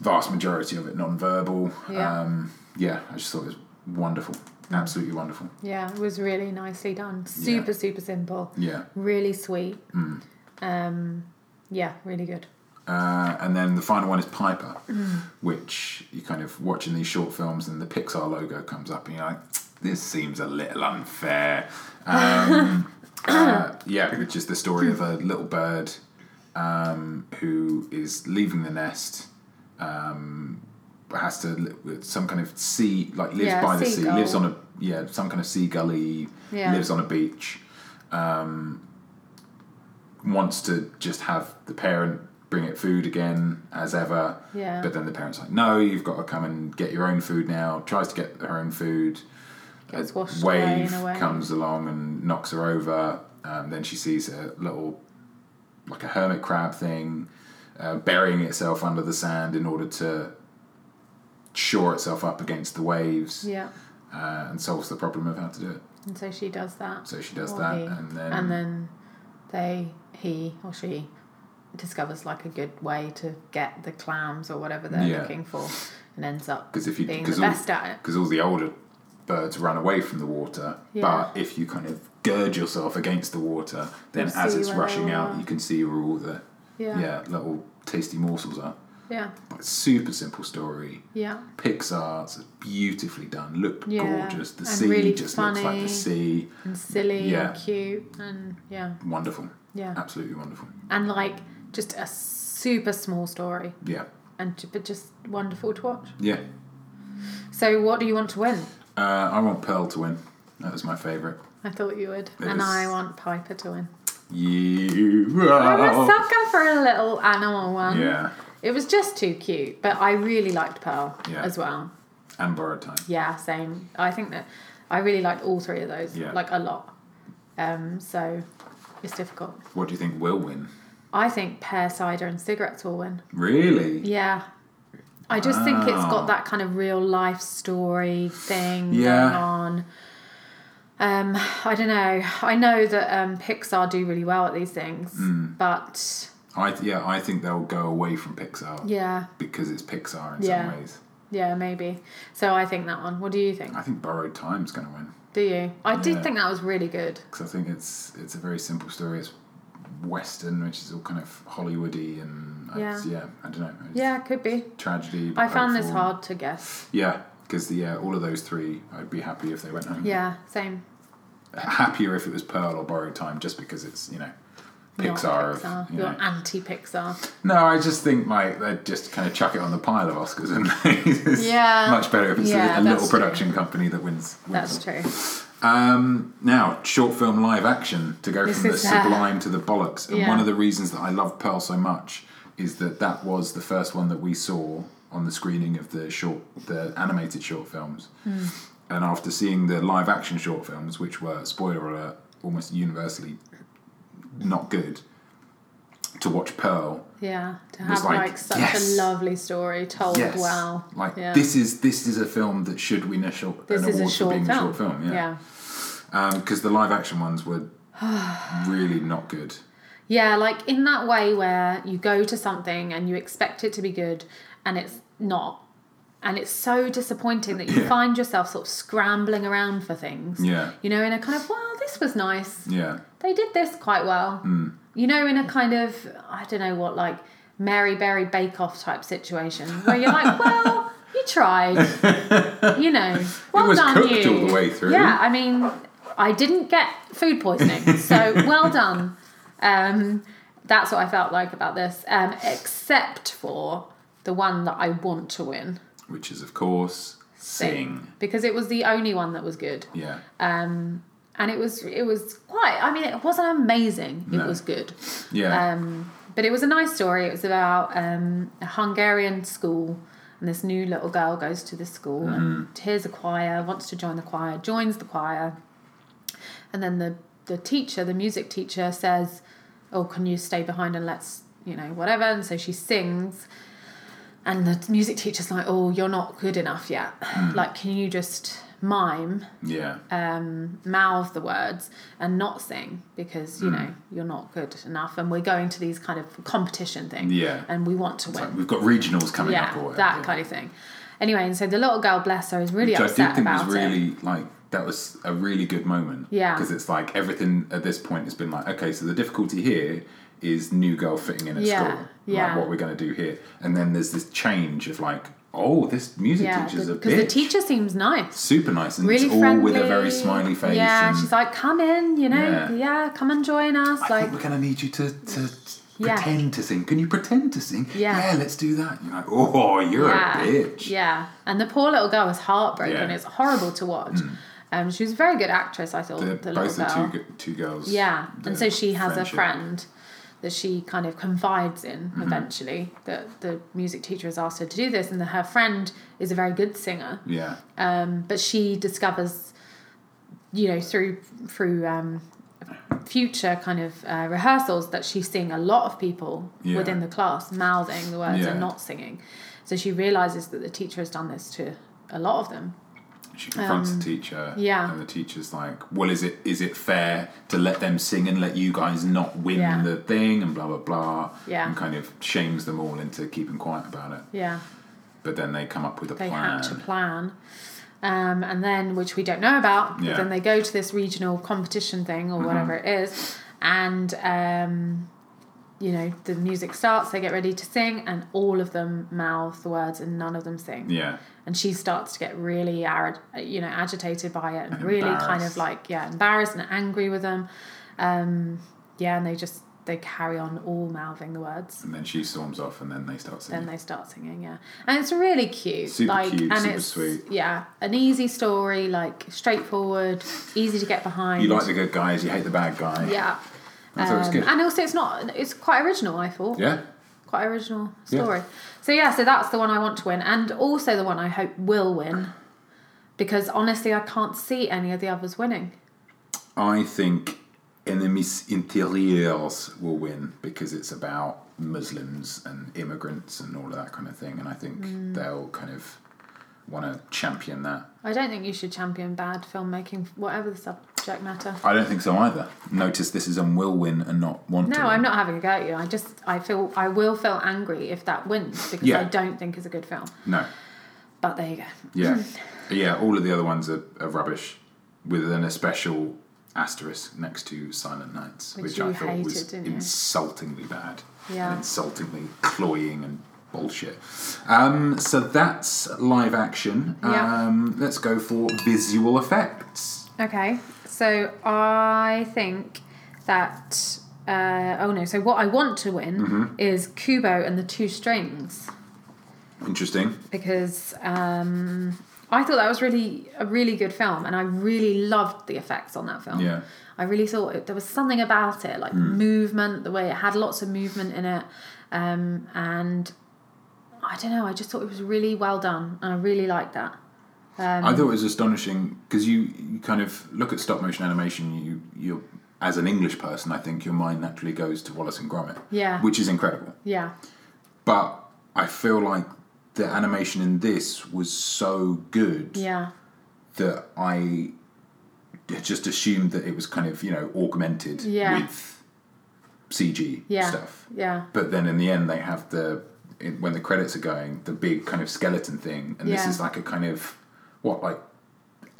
Speaker 1: Vast majority of it non-verbal.
Speaker 2: Yeah. Mm.
Speaker 1: Um, yeah, I just thought it was wonderful. Absolutely wonderful.
Speaker 2: Yeah. It was really nicely done. Super, super simple.
Speaker 1: Yeah.
Speaker 2: Really sweet.
Speaker 1: Mm.
Speaker 2: Um, yeah. Really good.
Speaker 1: Uh, and then the final one is Piper, which you kind of watching these short films and the Pixar logo comes up and you're like, this seems a little unfair. Um, uh, yeah, it's just the story of a little bird um, who is leaving the nest. Um, has to li- with some kind of sea, like lives
Speaker 2: Yeah,
Speaker 1: by the sea,
Speaker 2: seagull.
Speaker 1: lives on a yeah, some kind of sea gully,
Speaker 2: Yeah.
Speaker 1: lives on a beach um, wants to just have the parent bring it food again as ever.
Speaker 2: Yeah.
Speaker 1: But then the parent's like, no, you've got to come and get your own food now. Tries to get her own food.
Speaker 2: Gets
Speaker 1: A
Speaker 2: washed away
Speaker 1: wave
Speaker 2: in a way.
Speaker 1: comes along and knocks her over. Um, then she sees a little, like a hermit crab thing, uh, burying itself under the sand in order to shore itself up against the waves
Speaker 2: Yeah.
Speaker 1: uh, and solves the problem of how to do it.
Speaker 2: And so she does that.
Speaker 1: So she does
Speaker 2: Or
Speaker 1: that,
Speaker 2: he.
Speaker 1: and then
Speaker 2: and then they, he or she, discovers like a good way to get the clams or whatever they're
Speaker 1: Yeah.
Speaker 2: looking for, and ends up
Speaker 1: because if you
Speaker 2: being the
Speaker 1: all-
Speaker 2: best at it.
Speaker 1: 'cause all the older birds run away from the water
Speaker 2: Yeah.
Speaker 1: but if you kind of gird yourself against the water then
Speaker 2: You'll
Speaker 1: as
Speaker 2: see
Speaker 1: it's
Speaker 2: where they
Speaker 1: rushing out
Speaker 2: are.
Speaker 1: you can see where all the yeah.
Speaker 2: Yeah.
Speaker 1: little tasty morsels are
Speaker 2: Yeah,
Speaker 1: but super simple story
Speaker 2: yeah,
Speaker 1: Pixar's beautifully done looked
Speaker 2: Yeah,
Speaker 1: gorgeous the
Speaker 2: and
Speaker 1: sea
Speaker 2: really
Speaker 1: just looks like the
Speaker 2: funny.
Speaker 1: sea
Speaker 2: and silly
Speaker 1: Yeah. Uh.
Speaker 2: and cute and yeah,
Speaker 1: wonderful
Speaker 2: yeah,
Speaker 1: absolutely wonderful
Speaker 2: and like just a super small story
Speaker 1: yeah
Speaker 2: and ju- but just wonderful to watch.
Speaker 1: yeah
Speaker 2: So, what do you want to win?
Speaker 1: uh, I want Pearl to win that was my favourite
Speaker 2: I thought you would,
Speaker 1: It
Speaker 2: and
Speaker 1: is-
Speaker 2: I want Piper to win.
Speaker 1: you
Speaker 2: I'm a sucker for a little animal one.
Speaker 1: Oh. yeah
Speaker 2: It was just too cute, but I really liked Pearl
Speaker 1: Yeah.
Speaker 2: as well.
Speaker 1: and borrowed time
Speaker 2: Yeah, same. I think that I really liked all three of those,
Speaker 1: Yeah.
Speaker 2: like a lot. Um, so it's difficult.
Speaker 1: what do you think will win
Speaker 2: I think pear cider and cigarettes will win.
Speaker 1: Really?
Speaker 2: Yeah. I just think it's
Speaker 1: Wow.
Speaker 2: got that kind of real life story thing
Speaker 1: Yeah.
Speaker 2: going on. Um, I don't know. I know that um, Pixar do really well at these things,
Speaker 1: Hmm.
Speaker 2: but
Speaker 1: I th- yeah, I think they'll go away from Pixar
Speaker 2: yeah,
Speaker 1: because it's Pixar in
Speaker 2: Yeah.
Speaker 1: some ways.
Speaker 2: yeah, maybe. So I think that one. What do you think?
Speaker 1: I think Borrowed Time's going to win
Speaker 2: Do you? I
Speaker 1: Yeah.
Speaker 2: did think that was really good.
Speaker 1: because I think it's it's a very simple story. It's Western, which is all kind of Hollywoody and I-
Speaker 2: Yeah.
Speaker 1: yeah, I don't know. It's
Speaker 2: Yeah, could be.
Speaker 1: Tragedy. but
Speaker 2: I found this
Speaker 1: hopeful.
Speaker 2: hard to guess.
Speaker 1: Yeah, because yeah, all of those three, I'd be happy if they went home.
Speaker 2: Yeah, same.
Speaker 1: Happier if it was Pearl or Borrowed Time, just because it's you know.
Speaker 2: Not
Speaker 1: Pixar,
Speaker 2: Pixar.
Speaker 1: Of, you
Speaker 2: You're
Speaker 1: know.
Speaker 2: anti Pixar.
Speaker 1: no, I just think like they would just kind of chuck it on the pile of Oscars, and it's
Speaker 2: Yeah.
Speaker 1: much better if it's a-
Speaker 2: Yeah,
Speaker 1: a,
Speaker 2: that's
Speaker 1: little
Speaker 2: true.
Speaker 1: production company that wins. wins
Speaker 2: That's
Speaker 1: them.
Speaker 2: true.
Speaker 1: Um, now, short film live action to go
Speaker 2: This
Speaker 1: from the
Speaker 2: is, uh,
Speaker 1: sublime to the bollocks. And
Speaker 2: yeah.
Speaker 1: one of the reasons that I love Pearl so much is that that was the first one that we saw on the screening of the short, the animated short films.
Speaker 2: Hmm.
Speaker 1: And after seeing the live action short films, which were spoiler alert, almost universally not good, to watch Pearl
Speaker 2: Yeah, to
Speaker 1: was
Speaker 2: have
Speaker 1: like,
Speaker 2: like, such
Speaker 1: yes.
Speaker 2: a lovely story told well.
Speaker 1: Like
Speaker 2: Oh, yeah.
Speaker 1: this is this is a film that should win a short.
Speaker 2: This
Speaker 1: an
Speaker 2: is a
Speaker 1: award for
Speaker 2: short
Speaker 1: being
Speaker 2: film.
Speaker 1: a short film. Yeah.
Speaker 2: yeah.
Speaker 1: because the live action ones were really not good.
Speaker 2: Yeah, like in that way where you go to something and you expect it to be good and it's not. And it's so disappointing that you
Speaker 1: Yeah.
Speaker 2: find yourself sort of scrambling around for things.
Speaker 1: Yeah.
Speaker 2: You know, in a kind of, well, this was nice.
Speaker 1: Yeah,
Speaker 2: They did this quite well.
Speaker 1: Hmm.
Speaker 2: You know, in a kind of, I don't know what, like Mary Berry Bake Off type situation where you're like, well, you tried. You know, well
Speaker 1: was
Speaker 2: done
Speaker 1: cooked
Speaker 2: you.
Speaker 1: all the way through.
Speaker 2: Yeah, I mean, I didn't get food poisoning, so well done. Um, that's what I felt like about this, um, except for the one that I want to win.
Speaker 1: which is of course sing.
Speaker 2: Because it was the only one that was good.
Speaker 1: Yeah,
Speaker 2: Um, and it was it was quite. I mean, it wasn't amazing. It
Speaker 1: No.
Speaker 2: was good.
Speaker 1: yeah,
Speaker 2: Um, but it was a nice story. It was about um, a Hungarian school, and this new little girl goes to this school and hears a choir, wants to join the choir, joins the choir, and then the the teacher, the music teacher, says, "Oh, can you stay behind and let's you know whatever?" And so she sings. And the music teacher's like, "Oh, you're not good enough yet. Like, can you just mime
Speaker 1: yeah,
Speaker 2: um, mouth the words and not sing because
Speaker 1: Hmm.
Speaker 2: you know you're not good enough and we're going to these kind of competition things
Speaker 1: Yeah.
Speaker 2: and we want to win
Speaker 1: Like, We've got regionals coming
Speaker 2: yeah
Speaker 1: up or whatever.
Speaker 2: that kind of thing anyway and so the little girl bless her is really
Speaker 1: Which I
Speaker 2: upset
Speaker 1: did think was
Speaker 2: about it
Speaker 1: really like that was a really good moment.
Speaker 2: Yeah.
Speaker 1: because it's like everything at this point has been like okay, so the difficulty here is new girl fitting in at
Speaker 2: Yeah,
Speaker 1: school.
Speaker 2: yeah.
Speaker 1: like what we're going to do here, and then there's this change of like oh, this music
Speaker 2: yeah
Speaker 1: teacher's a
Speaker 2: because
Speaker 1: bitch.
Speaker 2: the teacher seems nice
Speaker 1: Super nice, and
Speaker 2: really
Speaker 1: it's all
Speaker 2: friendly
Speaker 1: with a very smiley face.
Speaker 2: yeah
Speaker 1: and
Speaker 2: she's like come in you know
Speaker 1: Yeah.
Speaker 2: yeah, come and join us
Speaker 1: I
Speaker 2: like
Speaker 1: think we're going to need you to, to
Speaker 2: Yeah.
Speaker 1: pretend to sing. Can you pretend to sing?
Speaker 2: Yeah.
Speaker 1: let's do that. You're like, oh, you're
Speaker 2: yeah,
Speaker 1: a bitch.
Speaker 2: yeah and the poor little girl is heartbroken
Speaker 1: Yeah. Hmm.
Speaker 2: it's horrible to watch um, she was a very good actress I thought
Speaker 1: The,
Speaker 2: the little
Speaker 1: both the
Speaker 2: girl
Speaker 1: two, g- two girls.
Speaker 2: Yeah,
Speaker 1: the
Speaker 2: and so she has
Speaker 1: friendship. Mm-hmm.
Speaker 2: a friend that she kind of confides in eventually. That the music teacher has asked her to do this, and that her friend is a very good singer.
Speaker 1: Yeah.
Speaker 2: Um, but she discovers, you know, through through um, future kind of uh, rehearsals that she's seeing a lot of people
Speaker 1: Yeah.
Speaker 2: within the class mouthing the words
Speaker 1: Yeah.
Speaker 2: and not singing. So she realizes that the teacher has done this to a lot of them.
Speaker 1: She confronts the teacher.
Speaker 2: Um, yeah.
Speaker 1: And the teacher's like, "Well, is it is it fair to let them sing and let you guys not win
Speaker 2: Yeah.
Speaker 1: the thing?" And blah blah blah.
Speaker 2: Yeah.
Speaker 1: And kind of shames them all into keeping quiet about it.
Speaker 2: Yeah.
Speaker 1: But then they come up with a
Speaker 2: they
Speaker 1: plan.
Speaker 2: hatch a plan um, and then which we don't know about but
Speaker 1: Yeah. Mm-hmm.
Speaker 2: then they go to this regional competition thing or whatever it is and um, you know the music starts they get ready to sing and all of them mouth the words and none of them sing
Speaker 1: Yeah.
Speaker 2: and she starts to get really ar- you know agitated by it and,
Speaker 1: And
Speaker 2: really kind of
Speaker 1: embarrassed.
Speaker 2: like yeah embarrassed and angry with them um, yeah and they just they carry on all mouthing the words
Speaker 1: And then she storms off, and then they start singing.
Speaker 2: then they start singing yeah and it's really
Speaker 1: Mm.
Speaker 2: cute
Speaker 1: Super
Speaker 2: like
Speaker 1: cute,
Speaker 2: and
Speaker 1: super
Speaker 2: it's
Speaker 1: sweet.
Speaker 2: yeah an easy story like straightforward easy to get behind
Speaker 1: you like the good guys, you hate the bad guy.
Speaker 2: yeah
Speaker 1: I thought it was
Speaker 2: Um,
Speaker 1: good.
Speaker 2: and also it's not it's quite original i thought
Speaker 1: yeah.
Speaker 2: quite original
Speaker 1: Yeah.
Speaker 2: story so yeah so that's the one i want to win and also the one i hope will win because honestly i can't see any of the others winning
Speaker 1: I think Enemies Interieurs will win because it's about Muslims and immigrants and all of that kind of thing. And I think
Speaker 2: Mm.
Speaker 1: they'll kind of want to champion that.
Speaker 2: i don't think you should champion bad filmmaking whatever the subject matter
Speaker 1: I don't think so either. Notice this is on will win and not want to.
Speaker 2: No,
Speaker 1: win.
Speaker 2: I'm not having a go at you. I just I feel I will feel angry if that wins because
Speaker 1: Yeah.
Speaker 2: I don't think it's a good film.
Speaker 1: No.
Speaker 2: But there you go.
Speaker 1: Yeah.
Speaker 2: Hmm.
Speaker 1: yeah, all of the other ones are, are rubbish with an especial asterisk next to Silent Nights,
Speaker 2: Which
Speaker 1: which,
Speaker 2: you
Speaker 1: I thought
Speaker 2: hated,
Speaker 1: was
Speaker 2: didn't you?
Speaker 1: insultingly bad.
Speaker 2: Yeah.
Speaker 1: And insultingly cloying and bullshit. Um, so that's live action.
Speaker 2: Yeah.
Speaker 1: Um, let's go for visual effects.
Speaker 2: Okay, so I think that uh, oh no, so what I want to win is Kubo and the Two Strings
Speaker 1: Interesting.
Speaker 2: because um, I thought that was really a really good film and I really loved the effects on that film.
Speaker 1: Yeah. Hmm.
Speaker 2: I really thought it, there was something about it, like movement, the way it had lots of movement in it, um, and I don't know. I just thought it was really well done, and I really liked that.
Speaker 1: I
Speaker 2: Um,
Speaker 1: thought it was astonishing because you, you kind of look at stop motion animation. You you as an English person, I think your mind naturally goes to Wallace and Gromit.
Speaker 2: Yeah.
Speaker 1: which is incredible.
Speaker 2: Yeah,
Speaker 1: but I feel like the animation in this was so good
Speaker 2: yeah,
Speaker 1: that I just assumed that it was kind of you know augmented
Speaker 2: Yeah.
Speaker 1: with CG
Speaker 2: yeah,
Speaker 1: stuff.
Speaker 2: yeah,
Speaker 1: But then in the end, they have the it- when the credits are going, the big kind of skeleton thing, and this
Speaker 2: Yeah.
Speaker 1: is like a kind of what like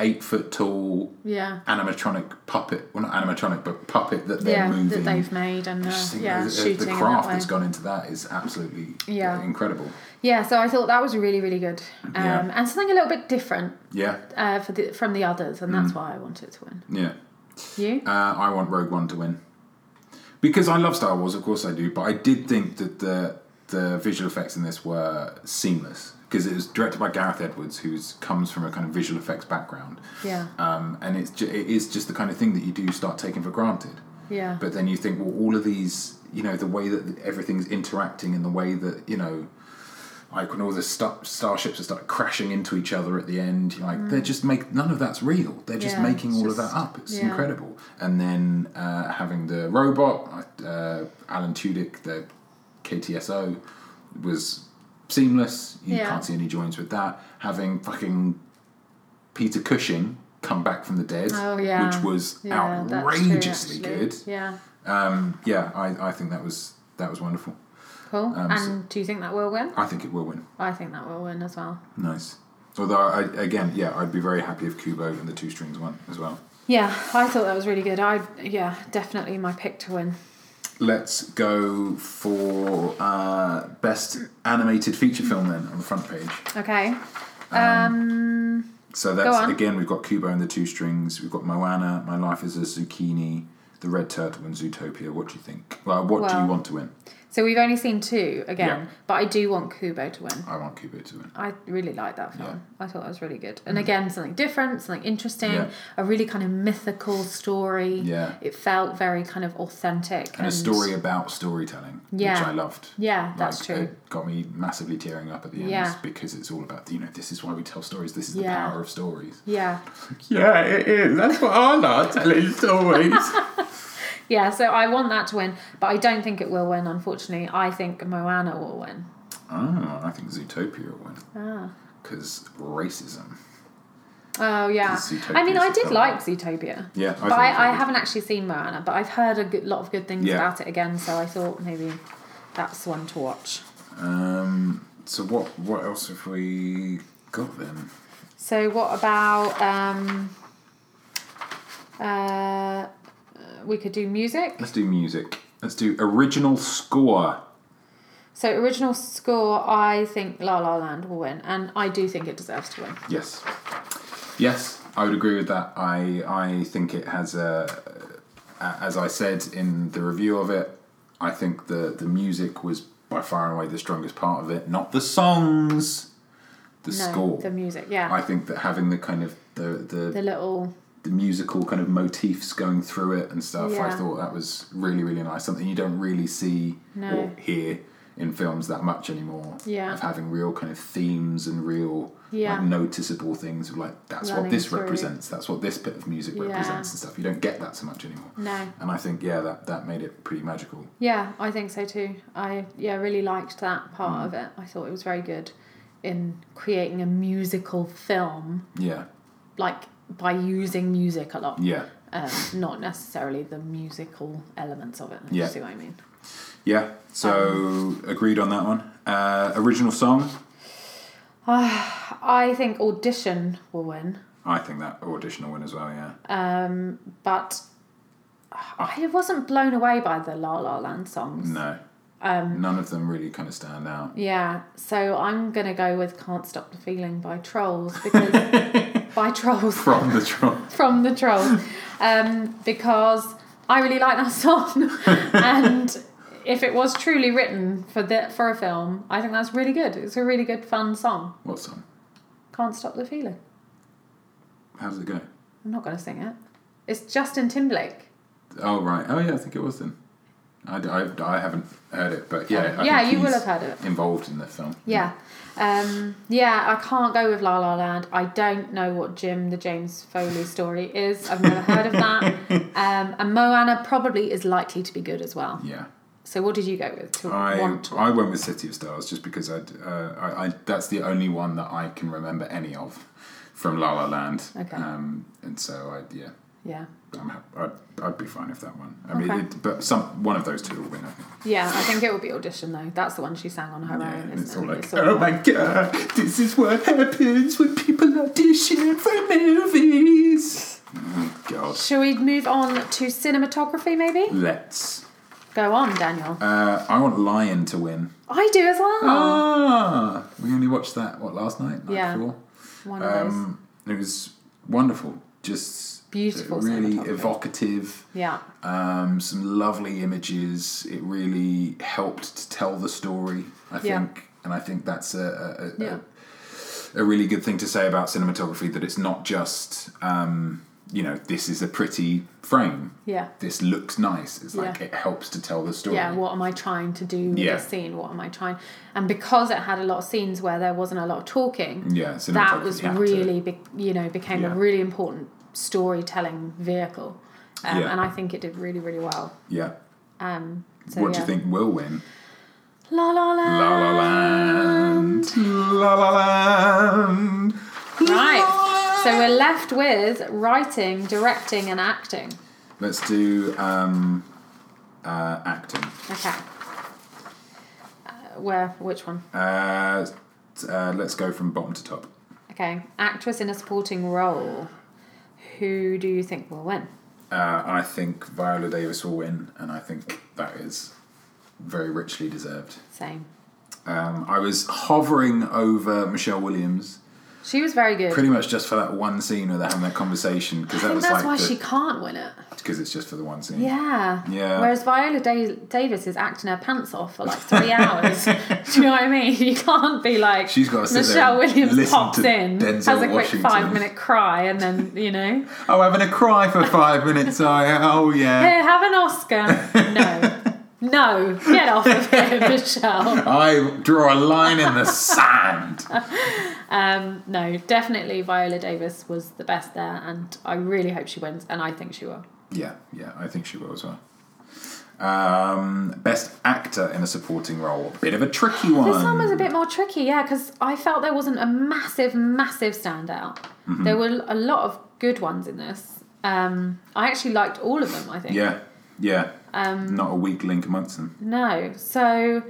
Speaker 1: eight foot tall
Speaker 2: yeah,
Speaker 1: animatronic puppet. Well, not animatronic, but puppet that they're
Speaker 2: yeah.
Speaker 1: moving.
Speaker 2: That they've made and uh,
Speaker 1: Just think
Speaker 2: yeah,
Speaker 1: the, the-
Speaker 2: shooting
Speaker 1: the
Speaker 2: in
Speaker 1: craft
Speaker 2: that way.
Speaker 1: that's gone into that is absolutely
Speaker 2: Yeah.
Speaker 1: incredible.
Speaker 2: Yeah, so I thought that was really, really good, um,
Speaker 1: Yeah.
Speaker 2: and something a little bit different
Speaker 1: Yeah,
Speaker 2: uh, for the, from the others, and
Speaker 1: Hmm.
Speaker 2: that's why I wanted to win.
Speaker 1: yeah.
Speaker 2: You?
Speaker 1: Uh, I want Rogue One to win because I love Star Wars, of course I do. But I did think that the the visual effects in this were seamless because it was directed by Gareth Edwards, who comes from a kind of visual effects background.
Speaker 2: Yeah.
Speaker 1: Um, and it's ju- it is just the kind of thing that you do start taking for granted.
Speaker 2: yeah,
Speaker 1: But then you think, well, all of these, you know, the way that everything's interacting and the way that, you know, like when all the sta- starships are start crashing into each other at the end, you're like, they're just make none of that's real. They're just
Speaker 2: Mm. Yeah,
Speaker 1: making
Speaker 2: it's
Speaker 1: all of
Speaker 2: just-
Speaker 1: that up. It's
Speaker 2: yeah.
Speaker 1: incredible. And then uh, having the robot, uh, Alan Tudyk, the KTSO, was seamless. You
Speaker 2: Yeah.
Speaker 1: can't see any joins with that. Having fucking Peter Cushing come back from the dead,
Speaker 2: Oh, yeah.
Speaker 1: which was
Speaker 2: yeah, that's true,
Speaker 1: outrageously
Speaker 2: actually.
Speaker 1: good.
Speaker 2: Yeah.
Speaker 1: Um, yeah, I, I think that was that was wonderful.
Speaker 2: Cool. and
Speaker 1: Um, so-
Speaker 2: do you think that will win?
Speaker 1: I think it will win.
Speaker 2: I think that will win as well.
Speaker 1: Nice. Although I, again, yeah, I'd be very happy if Kubo and the two strings won as well.
Speaker 2: Yeah, I thought that was really good. I yeah, definitely my pick to win.
Speaker 1: Let's go for uh, best animated feature film then on the front page.
Speaker 2: Okay.
Speaker 1: Um,
Speaker 2: Um,
Speaker 1: So that's
Speaker 2: on.
Speaker 1: again we've got Kubo and the two strings. We've got Moana, My Life is a Zucchini, The Red Turtle, and Zootopia. What do you think? Well, what do you
Speaker 2: Well-
Speaker 1: want to win?
Speaker 2: So we've only seen two again,
Speaker 1: Yeah.
Speaker 2: but I do want Kubo to win.
Speaker 1: I want Kubo to win.
Speaker 2: I really liked that film.
Speaker 1: Yeah. Mm.
Speaker 2: I thought that was really good. And again, something different, something interesting,
Speaker 1: Yeah.
Speaker 2: a really kind of mythical story.
Speaker 1: Yeah.
Speaker 2: It felt very kind of authentic.
Speaker 1: And, a story about storytelling, which
Speaker 2: Yeah.
Speaker 1: I loved.
Speaker 2: Yeah, that's
Speaker 1: like,
Speaker 2: true.
Speaker 1: It got me massively tearing up at the end
Speaker 2: Yeah.
Speaker 1: because it's all about you know this is why we tell stories. This is
Speaker 2: Yeah.
Speaker 1: the power of stories.
Speaker 2: Yeah.
Speaker 1: Yeah, it is. That's what I like telling stories.
Speaker 2: Yeah, so I want that to win, but I don't think it will win, unfortunately. I think Moana will win.
Speaker 1: Ah, oh, I think Zootopia will win
Speaker 2: Ah.
Speaker 1: because racism.
Speaker 2: Oh yeah.
Speaker 1: Zootopia
Speaker 2: I mean, I
Speaker 1: is
Speaker 2: did
Speaker 1: the-
Speaker 2: like Zootopia.
Speaker 1: Yeah, I
Speaker 2: but
Speaker 1: thought it was
Speaker 2: I, I
Speaker 1: good.
Speaker 2: haven't actually seen Moana, but I've heard a good, lot of good things
Speaker 1: Yeah.
Speaker 2: about it again. So I thought maybe that's one to watch.
Speaker 1: Um, so what what else have we got then?
Speaker 2: So what about um, uh, we could do music.
Speaker 1: Let's do music. Let's do original score.
Speaker 2: So original score, I think La La Land will win, and I do think it deserves to win.
Speaker 1: Yes. Yes, I would agree with that. I I think it has a as I said in the review of it, I think the the music was by far and away the strongest part of it, not the songs, the
Speaker 2: No,
Speaker 1: score.
Speaker 2: the music, yeah,
Speaker 1: I think that having the kind of the the,
Speaker 2: the
Speaker 1: the,
Speaker 2: little
Speaker 1: musical kind of motifs going through it and stuff, I
Speaker 2: Yeah.
Speaker 1: thought that was really really nice. Something you don't really see
Speaker 2: No.
Speaker 1: or hear in films that much anymore.
Speaker 2: Yeah.
Speaker 1: of having real kind of themes and real
Speaker 2: Yeah.
Speaker 1: like noticeable things of like that's what
Speaker 2: Running
Speaker 1: this
Speaker 2: through.
Speaker 1: represents. That's what this bit of music
Speaker 2: Yeah.
Speaker 1: represents and stuff. You don't get that so much anymore.
Speaker 2: no,
Speaker 1: And I think yeah, that that made it pretty magical.
Speaker 2: yeah, I think so too. I yeah really liked that part of it. I thought it was very good in creating a musical film,
Speaker 1: Yeah,
Speaker 2: like by using music a lot,
Speaker 1: yeah.
Speaker 2: um, not necessarily the musical elements of it. If
Speaker 1: Yeah.
Speaker 2: You see what I mean?
Speaker 1: Yeah,
Speaker 2: Um,
Speaker 1: so agreed on that one. Uh, original song,
Speaker 2: I think audition will win,
Speaker 1: I think that audition will win as well. Yeah,
Speaker 2: but uh, I wasn't blown away by the La La Land songs.
Speaker 1: no,
Speaker 2: Um,
Speaker 1: none of them really kind of stand out.
Speaker 2: Yeah, so I'm gonna go with "Can't Stop the Feeling" by Trolls because by Trolls
Speaker 1: From the Tron,
Speaker 2: from the Trolls, um, because I really like that song, and if it was truly written for the for a film, I think that's really good. It's a really good fun song.
Speaker 1: what song?
Speaker 2: Can't stop the feeling.
Speaker 1: How does it go?
Speaker 2: I'm not gonna sing it. It's Justin Timberlake.
Speaker 1: Oh right, oh yeah, I think it was then. I, d- I- I haven't heard it, but yeah, I
Speaker 2: Yeah,
Speaker 1: think
Speaker 2: you will
Speaker 1: he's
Speaker 2: have heard it.
Speaker 1: Involved in the film.
Speaker 2: Yeah. Um, yeah, I can't go with La La Land. I don't know what Jim, the James Foley story is. I've never heard of that. Um, and Moana probably is likely to be good as well.
Speaker 1: Yeah.
Speaker 2: So, what did you go with? To
Speaker 1: I,
Speaker 2: want
Speaker 1: I went with City of Stars just because I'd, uh, I, I that's the only one that I can remember any of from La La Land.
Speaker 2: Okay.
Speaker 1: Um, and so I yeah,
Speaker 2: Yeah.
Speaker 1: I'm, hap- I'd, I'd be fine if that one. I mean,
Speaker 2: Okay.
Speaker 1: it, but some one of those two will win. I think.
Speaker 2: Yeah, I think it will be audition though. That's the one she sang on her
Speaker 1: Yeah,
Speaker 2: own.
Speaker 1: and
Speaker 2: Isn't
Speaker 1: it's
Speaker 2: it?
Speaker 1: all like,
Speaker 2: It's
Speaker 1: oh
Speaker 2: like-
Speaker 1: my god, this is what happens when people audition for movies. Oh god,
Speaker 2: Shall we move on to cinematography maybe?
Speaker 1: let's.
Speaker 2: Go on, Daniel.
Speaker 1: Uh, I want Lion to win.
Speaker 2: I do as
Speaker 1: Oh.
Speaker 2: well.
Speaker 1: Ah, we only watched that what last night, night
Speaker 2: Yeah.
Speaker 1: before.
Speaker 2: one of those.
Speaker 1: Um, it was wonderful, just
Speaker 2: Beautiful
Speaker 1: really
Speaker 2: cinematography.
Speaker 1: evocative.
Speaker 2: Yeah.
Speaker 1: Um, some lovely images. It really helped to tell the story. I
Speaker 2: Yeah.
Speaker 1: think, and I think that's a a, a,
Speaker 2: Yeah.
Speaker 1: a really good thing to say about cinematography that it's not just um, you know this is a pretty frame.
Speaker 2: Yeah.
Speaker 1: This looks nice. It's like
Speaker 2: Yeah.
Speaker 1: it helps to tell the story.
Speaker 2: yeah what am i trying to do with
Speaker 1: Yeah.
Speaker 2: this scene what am i trying and because it had a lot of scenes where there wasn't a lot of talking
Speaker 1: Yeah,
Speaker 2: that
Speaker 1: cinematography
Speaker 2: was
Speaker 1: had to-
Speaker 2: really be, you know became
Speaker 1: Yeah.
Speaker 2: a really important storytelling vehicle um,
Speaker 1: Yeah.
Speaker 2: and i think it did really really well
Speaker 1: yeah.
Speaker 2: um, so
Speaker 1: what do
Speaker 2: yeah.
Speaker 1: you think will win?
Speaker 2: la la la
Speaker 1: La La Land. La La Land.
Speaker 2: right so we're left with writing directing and acting
Speaker 1: Let's do um, uh, acting.
Speaker 2: okay Uh, where which one
Speaker 1: Uh, uh, let's go from bottom to top.
Speaker 2: okay actress in a supporting role who do you think will win
Speaker 1: Uh, I think Viola Davis will win, and I think that is very richly deserved.
Speaker 2: same
Speaker 1: Um, I was hovering over Michelle Williams,
Speaker 2: she was very good
Speaker 1: pretty much just for that one scene where they're having that conversation, because that
Speaker 2: I think
Speaker 1: was
Speaker 2: that's
Speaker 1: like
Speaker 2: why
Speaker 1: because
Speaker 2: she can't win it.
Speaker 1: it's just for the one scene.
Speaker 2: Yeah.
Speaker 1: Yeah.
Speaker 2: Whereas Viola da- Davis is acting her pants off for like three hours. Do you know what I mean? You can't be like
Speaker 1: She's gotta sit there
Speaker 2: Michelle
Speaker 1: and
Speaker 2: Williams
Speaker 1: listen
Speaker 2: pops
Speaker 1: to
Speaker 2: in,
Speaker 1: Denzel
Speaker 2: has a quick
Speaker 1: Washington.
Speaker 2: five minute cry, and then you know,
Speaker 1: Oh, having a cry for five minutes. I oh yeah.
Speaker 2: hey, have an Oscar. No. No, get off of here, Michelle.
Speaker 1: I draw a line in the sand.
Speaker 2: Um, no, definitely Viola Davis was the best there, and I really hope she wins, and I think she will.
Speaker 1: Yeah, yeah, I think she will as well. Um, best actor in a supporting role. Bit of a tricky one.
Speaker 2: This one was a bit more tricky, yeah, because I felt there wasn't a massive, massive standout. There were a lot of good ones in this. Um, I actually liked all of them. I think.
Speaker 1: Yeah, yeah. Um, Not a weak link amongst them.
Speaker 2: No, so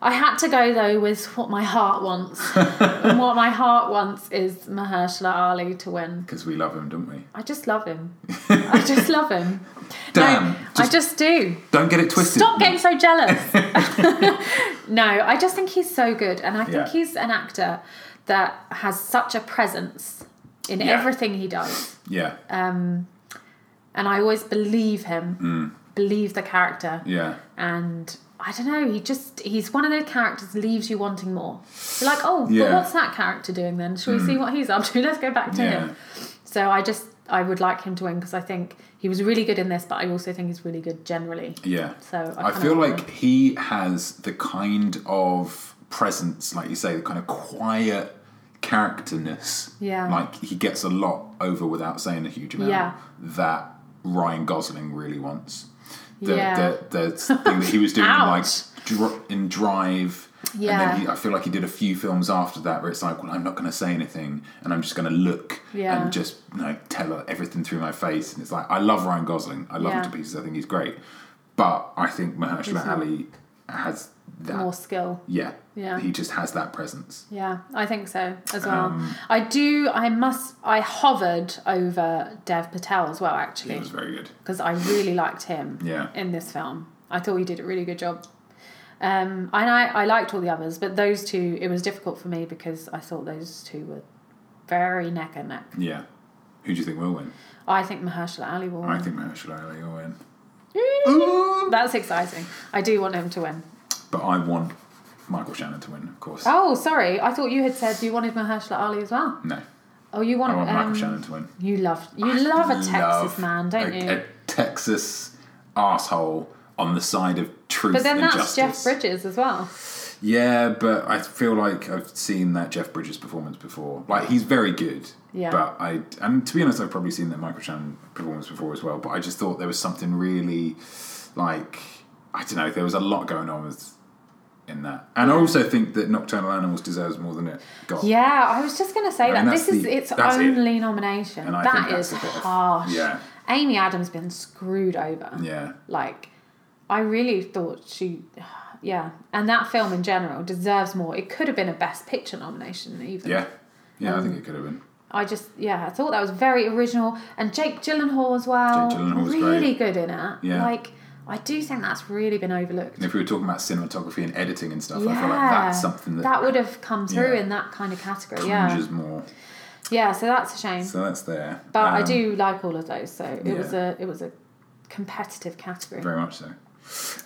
Speaker 2: I had to go though with what my heart wants, and what my heart wants is Mahershala Ali to win.
Speaker 1: Because we love him, don't we?
Speaker 2: I just love him. I just love him.
Speaker 1: Damn.
Speaker 2: no, I
Speaker 1: just,
Speaker 2: just do.
Speaker 1: don't get it twisted.
Speaker 2: Stop getting so jealous. no, I just think he's so good, and I think
Speaker 1: Yeah.
Speaker 2: he's an actor that has such a presence in
Speaker 1: Yeah.
Speaker 2: everything he does.
Speaker 1: Yeah,
Speaker 2: Um, and I always believe him,
Speaker 1: Mm.
Speaker 2: believe the character,
Speaker 1: yeah.
Speaker 2: and I don't know. He just he's one of those characters leaves you wanting more. You're like, oh,
Speaker 1: Yeah. Hmm.
Speaker 2: but what's that character doing then? Shall we see what he's up to? Let's go back to
Speaker 1: Yeah.
Speaker 2: him. So I just I would like him to win because I think he was really good in this, but I also think he's really good generally.
Speaker 1: Yeah.
Speaker 2: So I
Speaker 1: I,
Speaker 2: kinda
Speaker 1: feel
Speaker 2: wanna-
Speaker 1: like he has the kind of presence, like you say, the kind of quiet characterness.
Speaker 2: Yeah.
Speaker 1: Like he gets a lot over without saying a huge amount.
Speaker 2: Yeah.
Speaker 1: That Ryan Gosling really wants. The,
Speaker 2: Yeah.
Speaker 1: the, the thing that he was doing like
Speaker 2: Ouch.
Speaker 1: dr- in Drive. And
Speaker 2: Yeah.
Speaker 1: then he, I feel like he did a few films after that where it's like, well, I'm not going to say anything and I'm just going to look
Speaker 2: Yeah.
Speaker 1: and just you know, tell her everything through my face. And it's like, I love Ryan Gosling. I love him
Speaker 2: Yeah.
Speaker 1: to pieces. I think he's great. But I think Mahershala Ali has that.
Speaker 2: more skill.
Speaker 1: Yeah.
Speaker 2: Yeah.
Speaker 1: He just has that presence.
Speaker 2: Yeah, I think so as well.
Speaker 1: Um,
Speaker 2: I do. I must. I hovered over Dev Patel as well,
Speaker 1: He
Speaker 2: actually,
Speaker 1: was very good.
Speaker 2: because I really liked him.
Speaker 1: Yeah.
Speaker 2: In this film, I thought he did a really good job. Um, and I, I liked all the others, but those two, it was difficult for me because I thought those two were very neck and neck.
Speaker 1: Yeah. Who do you think will win?
Speaker 2: I think Mahershala Ali will.
Speaker 1: I
Speaker 2: win.
Speaker 1: think Mahershala Ali will win.
Speaker 2: That's exciting. I do want him to win.
Speaker 1: But I want Michael Shannon to win, of course.
Speaker 2: Oh, sorry. I thought you had said you wanted Mahershala Ali as well.
Speaker 1: No.
Speaker 2: Oh, you want,
Speaker 1: I want Michael
Speaker 2: um,
Speaker 1: Shannon to win.
Speaker 2: You love you love a Texas man, don't
Speaker 1: a,
Speaker 2: you?
Speaker 1: A Texas asshole on the side of truth.
Speaker 2: but then
Speaker 1: and justice.
Speaker 2: that's Jeff Bridges as well.
Speaker 1: Yeah, but I feel like I've seen that Jeff Bridges performance before. Like he's very good.
Speaker 2: Yeah.
Speaker 1: But I and to be honest, I've probably seen that Michael Shannon performance before as well. But I just thought there was something really, like I don't know, there was a lot going on with in that. And I also think that Nocturnal Animals deserves more than it got.
Speaker 2: Yeah, I was just going to say
Speaker 1: I mean,
Speaker 2: that
Speaker 1: that's
Speaker 2: this is
Speaker 1: the-
Speaker 2: its
Speaker 1: that's it.
Speaker 2: only nomination.
Speaker 1: And I
Speaker 2: That
Speaker 1: think that's
Speaker 2: is
Speaker 1: a bit of-
Speaker 2: harsh.
Speaker 1: yeah.
Speaker 2: Amy Adams been screwed over.
Speaker 1: Yeah.
Speaker 2: Like, I really thought she, yeah, and that film in general deserves more. It could have been a Best Picture nomination even.
Speaker 1: Yeah. Yeah, I think it could have been.
Speaker 2: I just yeah, I thought that was very original, and Jake Gyllenhaal as well.
Speaker 1: Jake Gyllenhaal was
Speaker 2: really good in it.
Speaker 1: Yeah.
Speaker 2: Like, I do think that's really been overlooked.
Speaker 1: And if we were talking about cinematography and editing and stuff,
Speaker 2: yeah,
Speaker 1: I feel like that's something that,
Speaker 2: would have come through
Speaker 1: yeah.
Speaker 2: in that kind of category. Yeah,
Speaker 1: plunges more.
Speaker 2: yeah. So that's a shame.
Speaker 1: So that's there.
Speaker 2: but I
Speaker 1: Um,
Speaker 2: do like all of those. So it was
Speaker 1: yeah.
Speaker 2: a it was a competitive category.
Speaker 1: very much so.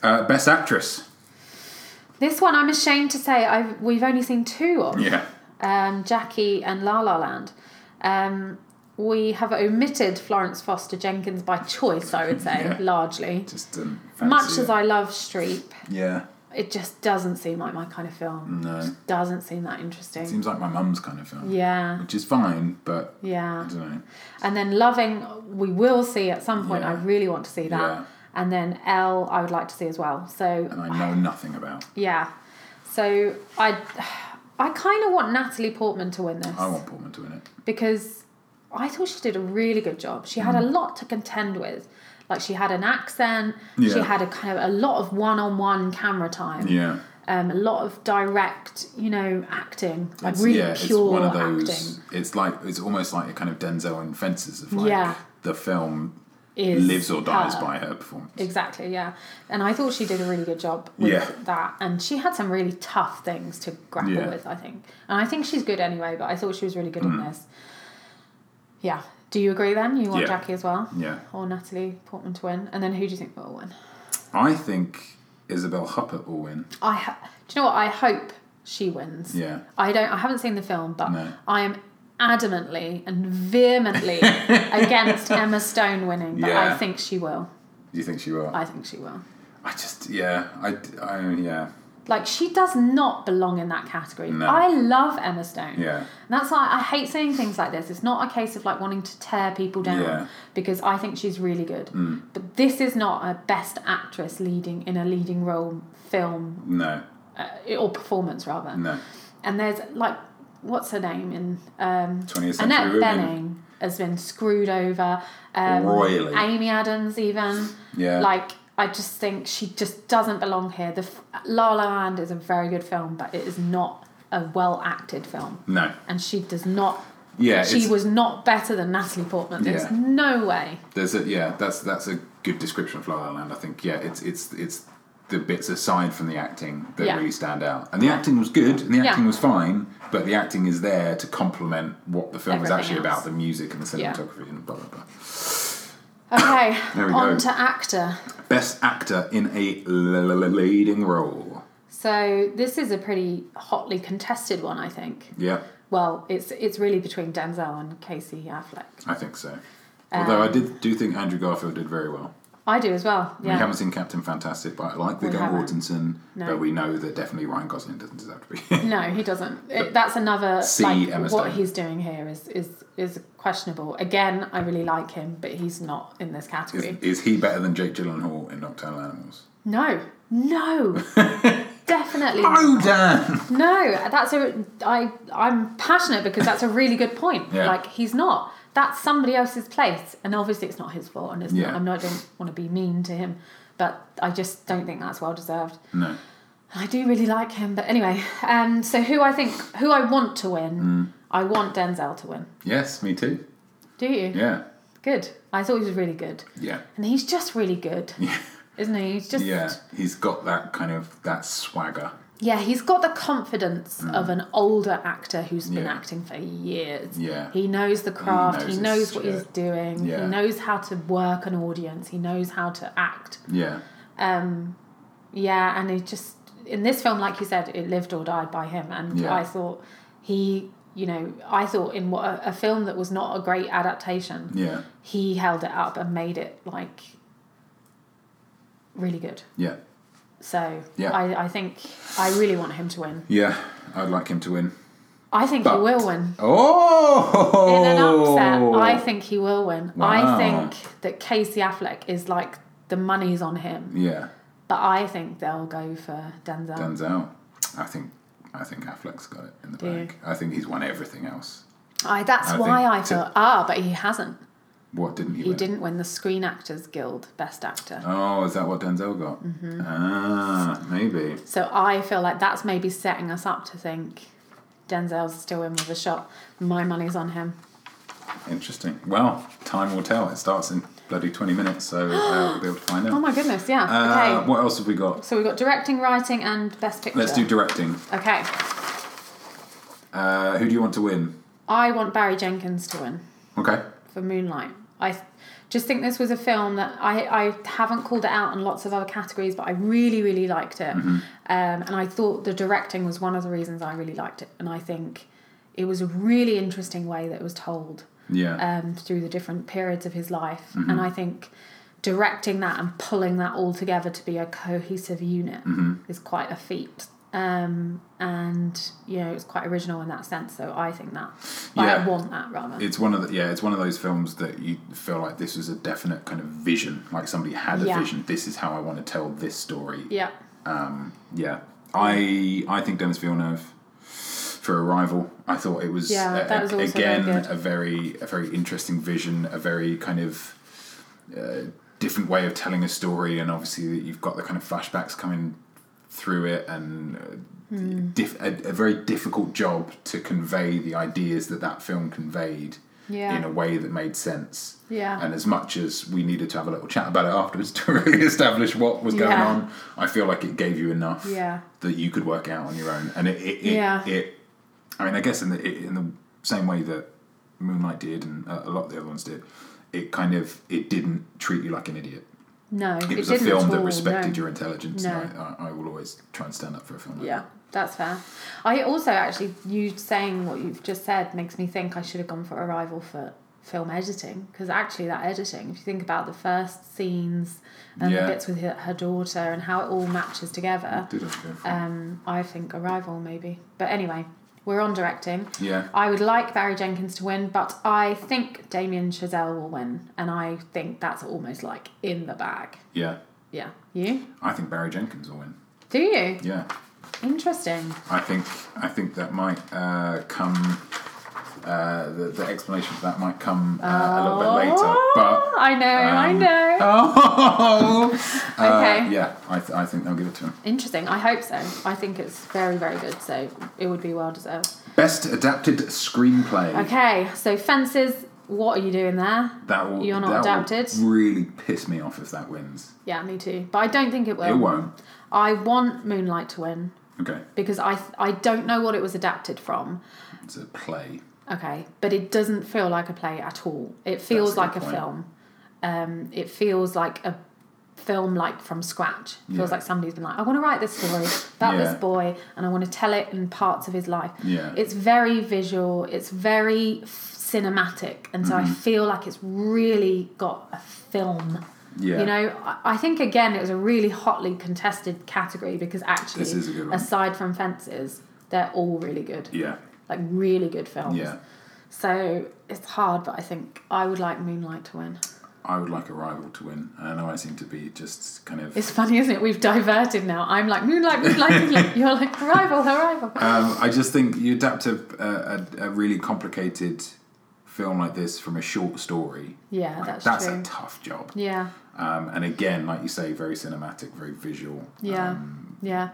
Speaker 1: Uh, best actress.
Speaker 2: This one, I'm ashamed to say, I've we've only seen two of.
Speaker 1: Yeah.
Speaker 2: um, Jackie and La La Land. Um, we have omitted Florence Foster Jenkins by choice, I would say,
Speaker 1: Yeah.
Speaker 2: largely.
Speaker 1: Just didn't fancy
Speaker 2: Much as
Speaker 1: it.
Speaker 2: I love Streep,
Speaker 1: Yeah.
Speaker 2: it just doesn't seem like my kind of film.
Speaker 1: No.
Speaker 2: Just doesn't seem that interesting.
Speaker 1: Seems like my mum's kind of film.
Speaker 2: yeah,
Speaker 1: Which is fine, but I
Speaker 2: yeah.
Speaker 1: don't know.
Speaker 2: And then Loving, we will see at some point. I
Speaker 1: Yeah.
Speaker 2: really want to see that.
Speaker 1: Yeah.
Speaker 2: And then L, I would like to see as well. So
Speaker 1: And I know nothing about.
Speaker 2: yeah, so I, I kind of want Natalie Portman to win this.
Speaker 1: I want Portman to win it.
Speaker 2: because I thought she did a really good job. She had
Speaker 1: Mm.
Speaker 2: a lot to contend with. Like she had an accent, she
Speaker 1: Yeah.
Speaker 2: had a kind of a lot of one-on-one camera time,
Speaker 1: Yeah.
Speaker 2: um, a lot of direct, you know, acting, like
Speaker 1: It's-
Speaker 2: really
Speaker 1: yeah,
Speaker 2: pure
Speaker 1: it's one of those.
Speaker 2: acting.
Speaker 1: It's like it's almost like a kind of Denzel and Fences of like
Speaker 2: Yeah.
Speaker 1: the film
Speaker 2: Is
Speaker 1: lives or dies
Speaker 2: her.
Speaker 1: by her performance.
Speaker 2: Exactly, yeah. And I thought she did a really good job with
Speaker 1: Yeah.
Speaker 2: that. And she had some really tough things to grapple
Speaker 1: Yeah. Mm.
Speaker 2: with, I think. And I think she's good anyway, but I thought she was really good in this. Yeah. Do you agree then? You want
Speaker 1: Yeah.
Speaker 2: Jackie as well?
Speaker 1: Yeah.
Speaker 2: Or Natalie Portman to win? And then who do you think will win?
Speaker 1: I think Isabel Huppert will win.
Speaker 2: I ho- do you know what? I hope she wins.
Speaker 1: Yeah.
Speaker 2: I don't. I haven't seen the film, but
Speaker 1: No.
Speaker 2: I am adamantly and vehemently against Emma Stone winning. But I
Speaker 1: Yeah.
Speaker 2: think she will.
Speaker 1: Do you think she will?
Speaker 2: I think she will.
Speaker 1: I just yeah I, I yeah
Speaker 2: Like she does not belong in that category.
Speaker 1: No.
Speaker 2: I love Emma Stone.
Speaker 1: Yeah.
Speaker 2: And that's why I hate saying things like this. It's not a case of like wanting to tear people down
Speaker 1: Yeah. Mm.
Speaker 2: because I think she's really good. But this is not a best actress leading in a leading role film
Speaker 1: No,
Speaker 2: uh, or performance rather.
Speaker 1: no.
Speaker 2: And there's like what's her name in um
Speaker 1: 20th century
Speaker 2: Annette
Speaker 1: women.
Speaker 2: Benning has been screwed over. Um,
Speaker 1: Royally.
Speaker 2: Amy Adams even.
Speaker 1: Yeah.
Speaker 2: Like I just think she just doesn't belong here. The f- La La Land is a very good film, but it is not a well acted film,
Speaker 1: No.
Speaker 2: and she does not.
Speaker 1: Yeah,
Speaker 2: she
Speaker 1: it's-
Speaker 2: was not better than Natalie Portman. There's
Speaker 1: Yeah.
Speaker 2: no way.
Speaker 1: There's a yeah. That's that's a good description of La La Land. I think yeah. It's it's it's the bits aside from the acting that
Speaker 2: Yeah.
Speaker 1: really stand out. And the acting was good, and the
Speaker 2: Yeah.
Speaker 1: acting was fine, but the acting is there to complement what the film
Speaker 2: Everything
Speaker 1: is actually
Speaker 2: else.
Speaker 1: about—the music and the
Speaker 2: Yeah.
Speaker 1: cinematography and blah blah blah.
Speaker 2: Okay,
Speaker 1: There we
Speaker 2: on
Speaker 1: go.
Speaker 2: to actor.
Speaker 1: Best actor in a l- l- leading role.
Speaker 2: So this is a pretty hotly contested one, I think.
Speaker 1: Yeah,
Speaker 2: Well, it's it's really between Denzel and Casey Affleck.
Speaker 1: I think so. Although I
Speaker 2: Um,
Speaker 1: did do think Andrew Garfield did very well.
Speaker 2: I do as well.
Speaker 1: We
Speaker 2: Yeah.
Speaker 1: haven't seen Captain Fantastic, but I like
Speaker 2: We
Speaker 1: Viggo
Speaker 2: haven't.
Speaker 1: Mortensen.
Speaker 2: No.
Speaker 1: But we know that definitely Ryan Gosling doesn't deserve to be.
Speaker 2: No, he doesn't. It, that's another
Speaker 1: See
Speaker 2: like
Speaker 1: Emma
Speaker 2: what
Speaker 1: Stone.
Speaker 2: he's doing here is is is questionable. Again, I really like him, but he's not in this
Speaker 1: is,
Speaker 2: category.
Speaker 1: is he better than Jake Gyllenhaal in Nocturnal Animals?
Speaker 2: No, no, definitely
Speaker 1: Oh, Dan!
Speaker 2: no. That's a I I'm passionate because that's a really good point.
Speaker 1: Yeah.
Speaker 2: Like he's not. That's somebody else's place, and obviously it's not his fault. And it's
Speaker 1: Yeah.
Speaker 2: not, I'm not I don't want to be mean to him, but I just don't think that's well deserved.
Speaker 1: No.
Speaker 2: I do really like him, but anyway. Um, so who I think, who I want to win,
Speaker 1: Mm.
Speaker 2: I want Denzel to win.
Speaker 1: Yes, me too.
Speaker 2: Do you?
Speaker 1: Yeah.
Speaker 2: Good. I thought he was really good,
Speaker 1: Yeah.
Speaker 2: and he's just really good,
Speaker 1: Yeah.
Speaker 2: isn't he? He's just
Speaker 1: Yeah. He's got that kind of that swagger.
Speaker 2: Yeah, he's got the confidence of an older actor who's been
Speaker 1: Mm. Yeah.
Speaker 2: acting for years.
Speaker 1: Yeah.
Speaker 2: He knows the craft,
Speaker 1: knows
Speaker 2: he
Speaker 1: his
Speaker 2: knows, what
Speaker 1: shit.
Speaker 2: he's doing,
Speaker 1: Yeah.
Speaker 2: he knows how to work an audience, he knows how to act.
Speaker 1: Yeah.
Speaker 2: um yeah and it just in this film like you said it lived or died by him and
Speaker 1: Yeah.
Speaker 2: i thought he you know i thought in what a, a film that was not a great adaptation
Speaker 1: Yeah.
Speaker 2: he held it up and made it like really good
Speaker 1: Yeah.
Speaker 2: so
Speaker 1: Yeah.
Speaker 2: I, I think i really want him to win
Speaker 1: Yeah. I'd like him to win.
Speaker 2: i think
Speaker 1: But-
Speaker 2: he will win
Speaker 1: Oh!
Speaker 2: in an upset i think he will win
Speaker 1: Wow.
Speaker 2: i think that casey affleck is like the money's on him
Speaker 1: Yeah.
Speaker 2: but i think they'll go for denzel
Speaker 1: Denzel. I think. I think Affleck's got it in the
Speaker 2: Do you?
Speaker 1: bag. I think he's won everything else.
Speaker 2: I, that's
Speaker 1: I
Speaker 2: why
Speaker 1: think
Speaker 2: I
Speaker 1: to-
Speaker 2: thought, ah, but he hasn't.
Speaker 1: What didn't he?
Speaker 2: He
Speaker 1: win?
Speaker 2: didn't win the Screen Actors Guild Best Actor.
Speaker 1: Oh, is that what Denzel got?
Speaker 2: Mm-hmm.
Speaker 1: Ah, maybe.
Speaker 2: So I feel like that's maybe setting us up to think Denzel's still in with a shot. My money's on him.
Speaker 1: Interesting. Well, time will tell. It starts in bloody twenty minutes, so uh, we'll be able to find out.
Speaker 2: Oh my goodness, yeah.
Speaker 1: Uh,
Speaker 2: okay.
Speaker 1: What else have we got?
Speaker 2: So we've got directing, writing, and Best Picture.
Speaker 1: Let's do directing.
Speaker 2: Okay.
Speaker 1: Uh, who do you want to win?
Speaker 2: I want Barry Jenkins to win
Speaker 1: Okay.
Speaker 2: for Moonlight. I th- just think this was a film that I, I haven't called it out in lots of other categories, but I really, really liked it.
Speaker 1: Mm-hmm.
Speaker 2: Um, and I thought the directing was one of the reasons I really liked it. And I think it was a really interesting way that it was told
Speaker 1: Yeah.
Speaker 2: um, through the different periods of his life.
Speaker 1: Mm-hmm.
Speaker 2: And I think directing that and pulling that all together to be a cohesive unit
Speaker 1: Mm-hmm.
Speaker 2: is quite a feat. Um, and you know, it's quite original in that sense. So I think that
Speaker 1: Yeah.
Speaker 2: I want that rather.
Speaker 1: it's one of the yeah. It's one of those films that you feel like this was a definite kind of vision. Like somebody had a
Speaker 2: Yeah.
Speaker 1: vision. This is how I want to tell this story.
Speaker 2: yeah.
Speaker 1: Yeah. I I think Dennis Villeneuve for Arrival. I thought it was,
Speaker 2: Yeah, that was also
Speaker 1: again
Speaker 2: very good.
Speaker 1: a very a very interesting vision, a very kind of uh, different way of telling a story, and obviously that you've got the kind of flashbacks coming through it, and uh,
Speaker 2: Hmm.
Speaker 1: diff- a, a very difficult job to convey the ideas that that film conveyed
Speaker 2: Yeah.
Speaker 1: in a way that made sense.
Speaker 2: Yeah.
Speaker 1: And as much as we needed to have a little chat about it afterwards to really establish what was going
Speaker 2: Yeah.
Speaker 1: on, I feel like it gave you enough
Speaker 2: Yeah.
Speaker 1: that you could work out on your own. And it, it, it,
Speaker 2: Yeah.
Speaker 1: it I mean, I guess in the it, in the same way that Moonlight did, and uh, a lot of the other ones did, it kind of it didn't treat you like an idiot.
Speaker 2: No,
Speaker 1: It, was a
Speaker 2: didn't
Speaker 1: film
Speaker 2: at
Speaker 1: that
Speaker 2: all,
Speaker 1: respected
Speaker 2: no.
Speaker 1: your intelligence.
Speaker 2: No.
Speaker 1: And I, I, I will always try and stand up for a film. Like
Speaker 2: Yeah, that's fair. I also actually you saying what you've just said makes me think I should have gone for Arrival for film editing because actually that editing, if you think about the first scenes and
Speaker 1: Yeah.
Speaker 2: the bits with her, her daughter and how it all matches together,
Speaker 1: Did I go for it?
Speaker 2: um, I think Arrival maybe. But anyway, we're on directing.
Speaker 1: Yeah.
Speaker 2: I would like Barry Jenkins to win, but I think Damien Chazelle will win, and I think that's almost like in the bag.
Speaker 1: yeah.
Speaker 2: Yeah, you
Speaker 1: I think Barry Jenkins will win.
Speaker 2: do you?
Speaker 1: Yeah.
Speaker 2: Interesting.
Speaker 1: I think I think that might uh, come. Uh, the, the explanation for that might come uh, a little bit later, but
Speaker 2: Oh, I know, I
Speaker 1: um,
Speaker 2: know.
Speaker 1: oh, Uh,
Speaker 2: Okay.
Speaker 1: yeah, I, th- I think they'll give it to him.
Speaker 2: Interesting. I hope so. I think it's very, very good. So it would be well deserved.
Speaker 1: Best adapted screenplay.
Speaker 2: Okay, so fences. What are you doing there?
Speaker 1: That will
Speaker 2: You're not
Speaker 1: that will
Speaker 2: adapted.
Speaker 1: really piss me off if that wins.
Speaker 2: Yeah, me too. But I don't think it will.
Speaker 1: It won't.
Speaker 2: I want Moonlight to win
Speaker 1: Okay,
Speaker 2: because I I don't know what it was adapted from.
Speaker 1: it's a play.
Speaker 2: Okay, but it doesn't feel like a play at all. It feels
Speaker 1: That's a
Speaker 2: like
Speaker 1: good
Speaker 2: a
Speaker 1: point.
Speaker 2: film. Um, it feels like a film like from scratch. It feels
Speaker 1: Yeah.
Speaker 2: like somebody's been like, I want to write this story about
Speaker 1: Yeah.
Speaker 2: this boy, and I want to tell it in parts of his life.
Speaker 1: Yeah.
Speaker 2: it's very visual. It's very f- cinematic, and so
Speaker 1: Mm-hmm.
Speaker 2: I feel like it's really got a film.
Speaker 1: Yeah.
Speaker 2: You know, I- I think again it was a really hotly contested category because actually,
Speaker 1: This is a good one.
Speaker 2: aside from Fences, they're all really good
Speaker 1: Yeah,
Speaker 2: like really good films.
Speaker 1: yeah.
Speaker 2: So it's hard, but I think I would like Moonlight to win.
Speaker 1: I would like Arrival to win. I know I seem to be just kind of.
Speaker 2: It's funny, isn't it? We've diverted now. I'm like Moonlight, Moonlight, Moonlight. You're like Arrival, Arrival.
Speaker 1: Um, I just think you adapt a, a, a- a really complicated film like this from a short story.
Speaker 2: Yeah,
Speaker 1: Like,
Speaker 2: that's true.
Speaker 1: a tough job.
Speaker 2: yeah,
Speaker 1: Um, and again, like you say, very cinematic, very visual.
Speaker 2: yeah,
Speaker 1: Um,
Speaker 2: yeah.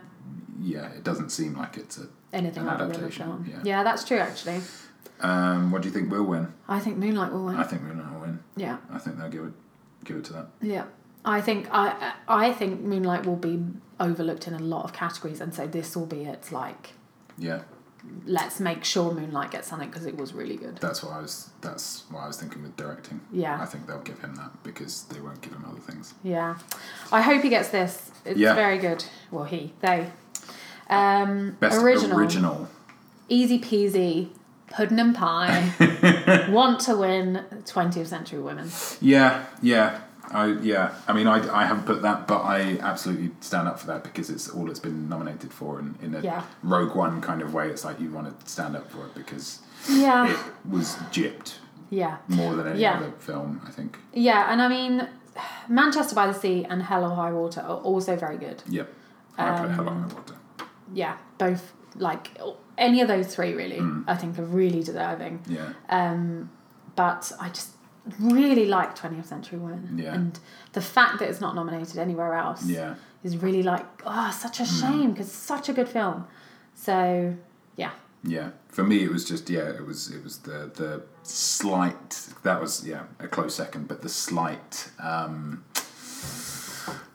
Speaker 1: yeah, it doesn't seem like it's a.
Speaker 2: Anything
Speaker 1: an
Speaker 2: like a real
Speaker 1: adaptation,
Speaker 2: film.
Speaker 1: yeah.
Speaker 2: Yeah. that's true. Actually,
Speaker 1: Um, what do you think will win?
Speaker 2: I think Moonlight will win.
Speaker 1: I think we're gonna win.
Speaker 2: yeah,
Speaker 1: I think they'll give it give it to that.
Speaker 2: yeah. I think I I think Moonlight will be overlooked in a lot of categories, and so this will be its like
Speaker 1: Yeah,
Speaker 2: let's make sure Moonlight gets something because it was really good.
Speaker 1: that's what I was. That's what I was thinking with directing.
Speaker 2: Yeah.
Speaker 1: I think they'll give him that because they won't give him other things.
Speaker 2: Yeah. I hope he gets this. It's
Speaker 1: Yeah.
Speaker 2: very good. Well, he, they. Um,
Speaker 1: Best
Speaker 2: original.
Speaker 1: original.
Speaker 2: Easy peasy. Pudding and pie. Want to win 20th century women.
Speaker 1: Yeah, yeah, I yeah. I mean, I, I haven't put that, but I absolutely stand up for that because it's all it's been nominated for, and in a
Speaker 2: Yeah.
Speaker 1: Rogue One kind of way, it's like you want to stand up for it because it
Speaker 2: Yeah.
Speaker 1: was gypped
Speaker 2: Yeah.
Speaker 1: more than any
Speaker 2: Yeah.
Speaker 1: other film, I think.
Speaker 2: Yeah. And I mean, Manchester by the Sea and Hell or High Water are also very good.
Speaker 1: Yep. I put Hello High Water.
Speaker 2: Yeah. Both, like, any of those three, really,
Speaker 1: Mm.
Speaker 2: I think are really deserving.
Speaker 1: Yeah,
Speaker 2: Um, but I just really like 20th Century Women.
Speaker 1: Yeah.
Speaker 2: And the fact that it's not nominated anywhere else
Speaker 1: yeah.
Speaker 2: is really like, oh, such
Speaker 1: Hmm.
Speaker 2: a shame because such a good film. So, yeah.
Speaker 1: Yeah, for me it was just yeah, it was it was the the slight that was yeah a close second, but the slight um,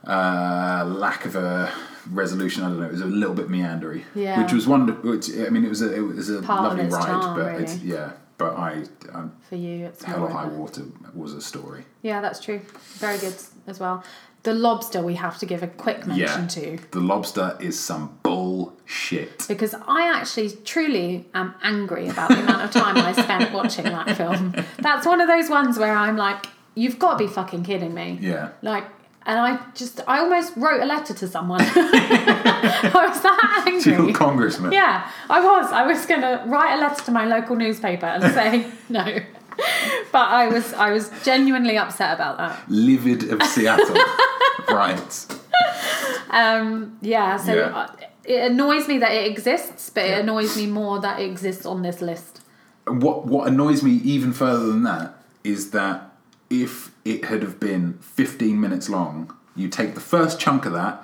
Speaker 1: uh, lack of a resolution. I don't know. It was a little bit meandery,
Speaker 2: Yeah.
Speaker 1: which was one. Which I mean, it was a it was a
Speaker 2: Part of
Speaker 1: lovely
Speaker 2: its
Speaker 1: ride,
Speaker 2: charm,
Speaker 1: but it's
Speaker 2: really.
Speaker 1: yeah. But I, um
Speaker 2: For you, it's
Speaker 1: Hell
Speaker 2: more
Speaker 1: or
Speaker 2: of
Speaker 1: High
Speaker 2: a-
Speaker 1: Water was a story.
Speaker 2: Yeah, that's true. Very good as well. The Lobster, we have to give a quick mention
Speaker 1: Yeah,
Speaker 2: to
Speaker 1: the lobster is some bullshit.
Speaker 2: because I actually truly am angry about the amount of time I spent watching that film. That's one of those ones where I'm like, you've got to be fucking kidding me.
Speaker 1: Yeah,
Speaker 2: Like, and I just, I almost wrote a letter to someone. I was that
Speaker 1: to
Speaker 2: angry.
Speaker 1: your congressman.
Speaker 2: Yeah, I was. I was going to write a letter to my local newspaper and say no. But I was, I was genuinely upset about that.
Speaker 1: livid of Seattle. right.
Speaker 2: Um, yeah, so
Speaker 1: Yeah.
Speaker 2: uh it annoys me that it exists, but
Speaker 1: Yeah.
Speaker 2: it annoys me more that it exists on this list.
Speaker 1: what what annoys me even further than that is that if it had have been 15 minutes long you take the first chunk of that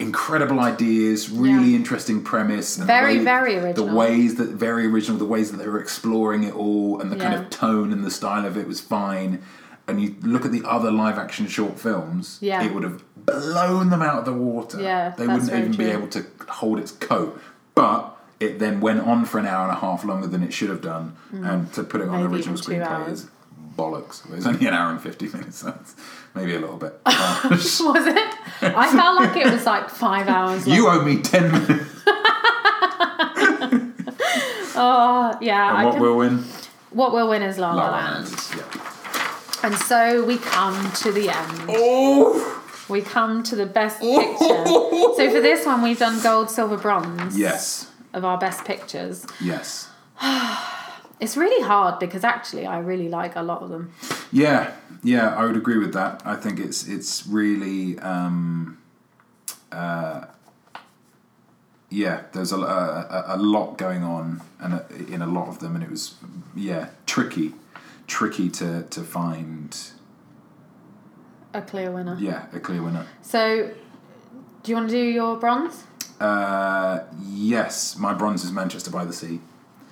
Speaker 1: incredible ideas really
Speaker 2: Yeah.
Speaker 1: interesting premise and
Speaker 2: Very,
Speaker 1: the
Speaker 2: very
Speaker 1: the
Speaker 2: original.
Speaker 1: ways that very original the ways that they were exploring it all and the kind
Speaker 2: Yeah.
Speaker 1: of tone and the style of it was fine and you look at the other live action short films
Speaker 2: Yeah.
Speaker 1: it would have blown them out of the water
Speaker 2: Yeah,
Speaker 1: they
Speaker 2: that's
Speaker 1: wouldn't
Speaker 2: very
Speaker 1: even be
Speaker 2: true.
Speaker 1: able to hold its coat. But it then went on for an hour and a half longer than it should have done, and to put it on
Speaker 2: Hmm. Maybe
Speaker 1: original
Speaker 2: even two
Speaker 1: screenplay
Speaker 2: hours.
Speaker 1: is bollocks. Well, It's only an hour and fifty minutes. so That's maybe a little bit. Uh, harsh.
Speaker 2: Was it? I felt like it was like five hours. long.
Speaker 1: you owe me ten minutes.
Speaker 2: oh, yeah.
Speaker 1: And
Speaker 2: I
Speaker 1: what
Speaker 2: can-
Speaker 1: will win?
Speaker 2: Oh, what will win is La La,
Speaker 1: La La
Speaker 2: Land.
Speaker 1: Land. Yeah.
Speaker 2: And so we come to the end.
Speaker 1: Oh!
Speaker 2: We come to the best picture. So for this one, we've done gold, silver, bronze
Speaker 1: Yes.
Speaker 2: of our best pictures.
Speaker 1: Yes.
Speaker 2: It's really hard because actually, I really like a lot of them.
Speaker 1: Yeah, yeah, I would agree with that. I think it's it's really um, uh, yeah. There's a, a a lot going on and a, in a lot of them, and it was yeah tricky, tricky to to find
Speaker 2: A clear winner.
Speaker 1: yeah a clear winner.
Speaker 2: So, do you want to do your bronze?
Speaker 1: Uh, yes, my bronze is Manchester by the Sea.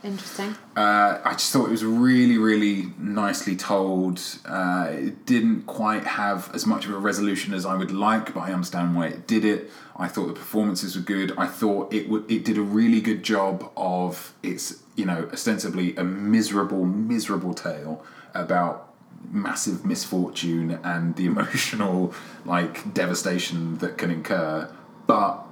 Speaker 2: Interesting.
Speaker 1: uh, I just thought it was really, really nicely told. Uh, it didn't quite have as much of a resolution as I would like, but I understand why it did it. I thought the performances were good. I thought it would. It did a really good job of its, you know, ostensibly a miserable, miserable tale about massive misfortune and the emotional like devastation that can incur, but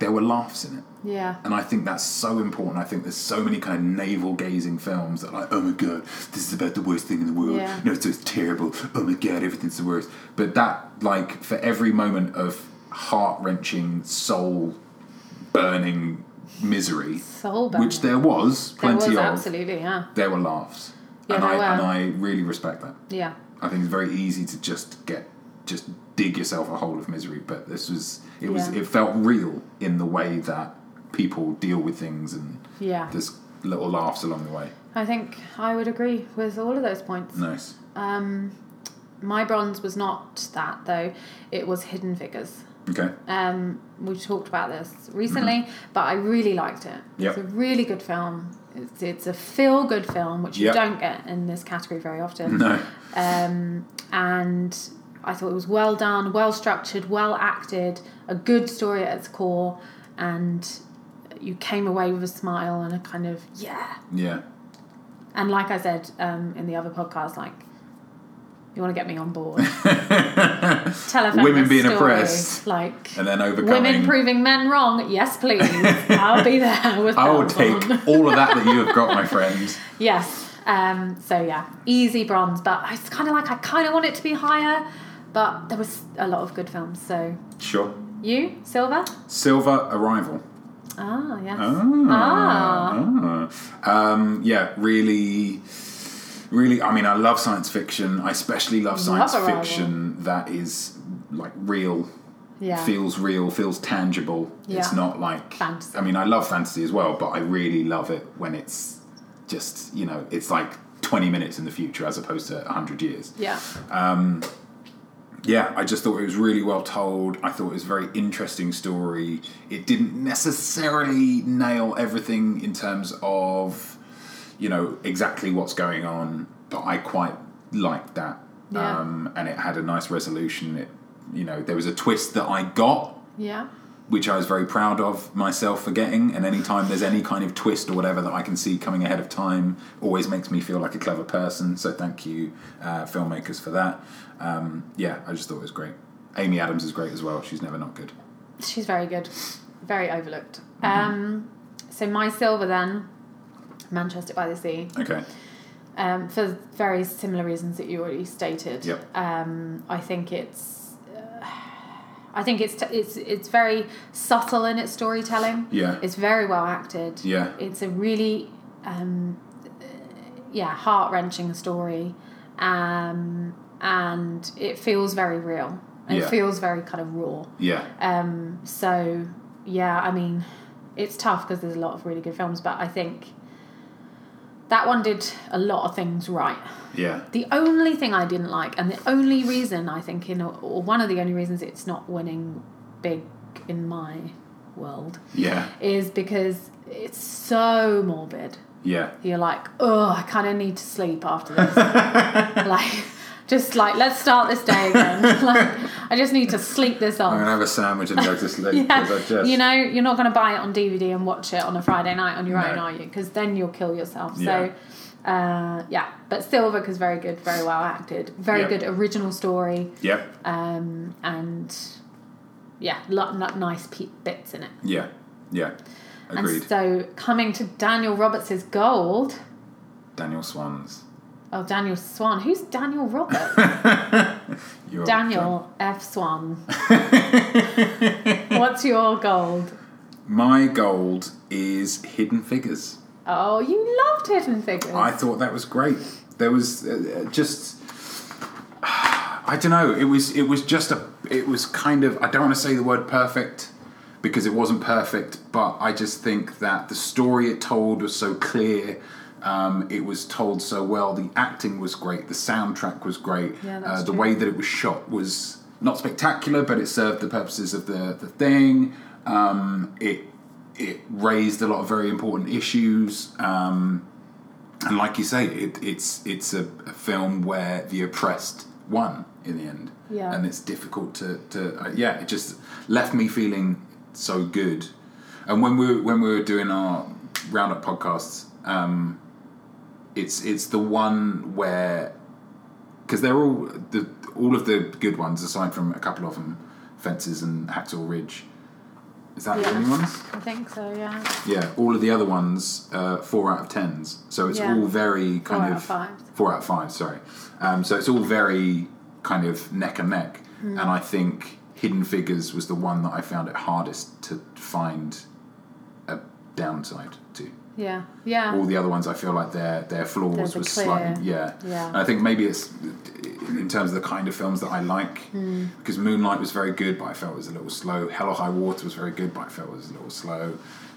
Speaker 1: there were laughs in it.
Speaker 2: Yeah.
Speaker 1: And I think that's so important. I think there's so many kind of navel gazing films that are like, oh my god, this is about the worst thing in the world.
Speaker 2: Yeah.
Speaker 1: No, it's just terrible. Oh my god, everything's the worst. But that, like, for every moment of heart wrenching, soul burning misery,
Speaker 2: Soul
Speaker 1: which there was
Speaker 2: There
Speaker 1: plenty
Speaker 2: was
Speaker 1: of,
Speaker 2: absolutely, yeah.
Speaker 1: there were laughs.
Speaker 2: Yeah,
Speaker 1: and
Speaker 2: there
Speaker 1: I
Speaker 2: were.
Speaker 1: and I really respect that.
Speaker 2: Yeah.
Speaker 1: I think it's very easy to just get just dig yourself a hole of misery. But this was it was
Speaker 2: Yeah.
Speaker 1: it felt real in the way that people deal with things and
Speaker 2: Yeah.
Speaker 1: there's little laughs along the way.
Speaker 2: I think I would agree with all of those points.
Speaker 1: Nice.
Speaker 2: Um, my bronze was not that though; it was Hidden Figures.
Speaker 1: Okay.
Speaker 2: Um, we talked about this recently,
Speaker 1: Mm-hmm.
Speaker 2: but I really liked it.
Speaker 1: Yep.
Speaker 2: It's a really good film. It's, it's a feel-good film, which
Speaker 1: Yep.
Speaker 2: you don't get in this category very often.
Speaker 1: No.
Speaker 2: Um, and I thought it was well done, well structured, well acted, a good story at its core, and you came away with a smile and a kind of yeah.
Speaker 1: Yeah.
Speaker 2: And like I said um, in the other podcast, like you want to get me on board. Tell a feminist
Speaker 1: Women being
Speaker 2: story,
Speaker 1: oppressed.
Speaker 2: like
Speaker 1: And then overcoming.
Speaker 2: women proving men wrong. Yes, please. I'll be there with
Speaker 1: I will
Speaker 2: that
Speaker 1: take
Speaker 2: one.
Speaker 1: all of that that you have got, my friend.
Speaker 2: Yes. Um, so yeah, easy bronze, but I kind of like I kind of want it to be higher, but there was a lot of good films. So
Speaker 1: Sure.
Speaker 2: you silver?
Speaker 1: Silver Arrival.
Speaker 2: Ah yes. Ah.
Speaker 1: Ah. Ah. Um, yeah, really, really. I mean, I love science fiction. I especially love
Speaker 2: Love
Speaker 1: science
Speaker 2: Arrival.
Speaker 1: fiction that is like real,
Speaker 2: Yeah.
Speaker 1: feels real, feels tangible. It's
Speaker 2: Yeah.
Speaker 1: not like
Speaker 2: Fantasy.
Speaker 1: I mean, I love fantasy as well, but I really love it when it's just you know, it's like twenty minutes in the future as opposed to hundred years
Speaker 2: yeah.
Speaker 1: yeah, I just thought it was really well told. I thought it was a very interesting story. It didn't necessarily nail everything in terms of, you know, exactly what's going on, but I quite liked that.
Speaker 2: Yeah.
Speaker 1: Um, and it had a nice resolution. It, you know, there was a twist that I got,
Speaker 2: Yeah.
Speaker 1: which I was very proud of myself for getting. And anytime there's any kind of twist or whatever that I can see coming ahead of time, always makes me feel like a clever person. So thank you, uh, filmmakers, for that. Um, yeah, I just thought it was great. Amy Adams is great as well. She's never not good.
Speaker 2: She's very good. Very overlooked. Um, so my silver then, Manchester by the Sea.
Speaker 1: Okay.
Speaker 2: um, for very similar reasons that you already stated.
Speaker 1: Yep.
Speaker 2: Um, I think it's. Uh, I think it's t- it's it's very subtle in its storytelling.
Speaker 1: Yeah.
Speaker 2: It's very well acted.
Speaker 1: Yeah.
Speaker 2: It's a really, um, uh, yeah, heart wrenching story, um, and it feels very real. It
Speaker 1: Yeah.
Speaker 2: feels very kind of raw.
Speaker 1: Yeah.
Speaker 2: Um, so yeah, I mean, it's tough because there's a lot of really good films, but I think that one did a lot of things right.
Speaker 1: Yeah.
Speaker 2: The only thing I didn't like, and the only reason I think, in or one of the only reasons it's not winning big in my world,
Speaker 1: Yeah.
Speaker 2: is because it's so morbid.
Speaker 1: Yeah.
Speaker 2: You're like, oh, I kind of need to sleep after this. like, just like let's start this day again. like, I just need to sleep this off
Speaker 1: I'm gonna have a sandwich and go to sleep
Speaker 2: yeah.
Speaker 1: 'cause I just
Speaker 2: you know, you're not going to buy it on DVD and watch it on a Friday night on your
Speaker 1: No.
Speaker 2: own, are you? Because then you'll kill yourself.
Speaker 1: Yeah.
Speaker 2: So, uh, yeah. But Silver is very good, very well acted, very
Speaker 1: Yep.
Speaker 2: good original story,
Speaker 1: Yep.
Speaker 2: um, and yeah, lo- lo- nice pe- bits in it.
Speaker 1: Yeah. Yeah. Agreed.
Speaker 2: And so, coming to Daniel Roberts' gold.
Speaker 1: Daniel Swans.
Speaker 2: Oh, Daniel Swan. Who's Daniel Robert?
Speaker 1: You're-
Speaker 2: Daniel F. Swan. What's your gold?
Speaker 1: My gold is Hidden Figures.
Speaker 2: Oh, you loved Hidden Figures.
Speaker 1: I thought that was great. There was uh, uh, just I don't know. It was it was just a it was kind of I don't want to say the word perfect because it wasn't perfect, but I just think that the story it told was so clear. Um, it was told so well. The acting was great. The soundtrack was great.
Speaker 2: Yeah, that's
Speaker 1: uh, the
Speaker 2: true.
Speaker 1: way that it was shot was not spectacular, but it served the purposes of the the thing. Um, it it raised a lot of very important issues. Um, and like you say, it, it's it's a, a film where the oppressed won in the end.
Speaker 2: Yeah.
Speaker 1: And it's difficult to, to uh, yeah, it just left me feeling so good. And when we were, when we were doing our roundup podcasts, um, it's it's the one where because they're all the all of the good ones aside from a couple of them, Fences and Hacksaw Ridge. Is that the
Speaker 2: Yeah.
Speaker 1: only ones?
Speaker 2: I think so, yeah.
Speaker 1: Yeah, all of the other ones, uh, four out of tens. So it's
Speaker 2: Yeah.
Speaker 1: all very kind
Speaker 2: out
Speaker 1: of
Speaker 2: of fives.
Speaker 1: four out of five. Sorry, um, so it's all very kind of neck and neck.
Speaker 2: Hmm.
Speaker 1: And I think Hidden Figures was the one that I found it hardest to find a downside to.
Speaker 2: Yeah. Yeah.
Speaker 1: All the other ones, I feel like their their flaws
Speaker 2: There's a
Speaker 1: were
Speaker 2: clear-
Speaker 1: slightly yeah.
Speaker 2: yeah.
Speaker 1: And I think maybe it's in terms of the kind of films that I like
Speaker 2: Hmm.
Speaker 1: because Moonlight was very good, but I felt it was a little slow. Hell or High Water was very good, but I felt it was a little slow.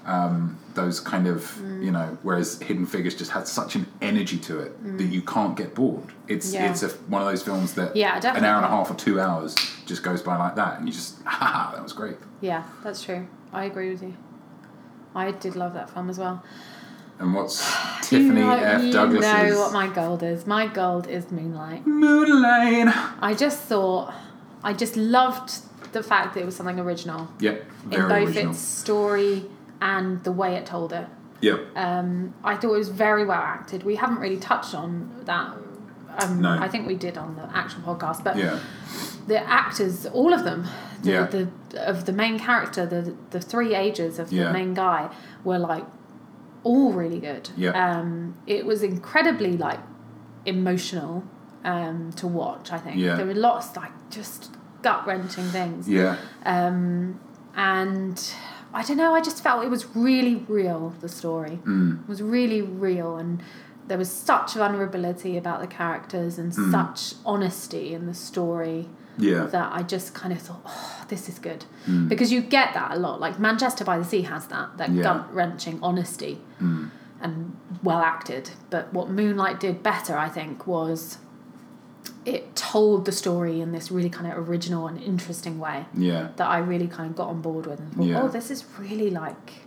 Speaker 1: Um, those kind of
Speaker 2: Hmm.
Speaker 1: you know, whereas Hidden Figures just had such an energy to it that you can't get bored. It's
Speaker 2: Hmm. Yeah.
Speaker 1: it's a, one of those films that
Speaker 2: Yeah,
Speaker 1: an hour and a
Speaker 2: definitely.
Speaker 1: half or two hours just goes by like that, and you just ha that was great.
Speaker 2: Yeah, that's true. I agree with you. I did love that film as well.
Speaker 1: And what's
Speaker 2: you
Speaker 1: Tiffany
Speaker 2: know,
Speaker 1: F.
Speaker 2: you
Speaker 1: Douglas?
Speaker 2: know what my gold is. My gold is Moonlight.
Speaker 1: Moonlight.
Speaker 2: I just thought, I just loved the fact that it was something original
Speaker 1: Yep,
Speaker 2: in
Speaker 1: very
Speaker 2: both
Speaker 1: original.
Speaker 2: its story and the way it told it.
Speaker 1: Yep.
Speaker 2: Um, I thought it was very well acted. We haven't really touched on that. Um,
Speaker 1: No.
Speaker 2: I think we did on the actual podcast, but
Speaker 1: Yeah.
Speaker 2: the actors, all of them, the,
Speaker 1: Yeah.
Speaker 2: the of the main character, the the three ages of
Speaker 1: Yeah.
Speaker 2: the main guy were like all really good.
Speaker 1: Yeah.
Speaker 2: Um, it was incredibly like emotional um, to watch. I think
Speaker 1: Yeah.
Speaker 2: there were lots like just gut wrenching things.
Speaker 1: Yeah.
Speaker 2: Um, and I don't know. I just felt it was really real. The story
Speaker 1: Mm.
Speaker 2: was really real and there was such vulnerability about the characters and such honesty in the story
Speaker 1: Yeah.
Speaker 2: that I just kind of thought, oh, this is good. Because you get that a lot. Like Manchester by the Sea has that, that
Speaker 1: Yeah.
Speaker 2: gut wrenching honesty and well acted. But what Moonlight did better, I think, was it told the story in this really kind of original and interesting way
Speaker 1: Yeah.
Speaker 2: that I really kind of got on board with and thought,
Speaker 1: Yeah.
Speaker 2: oh, this is really like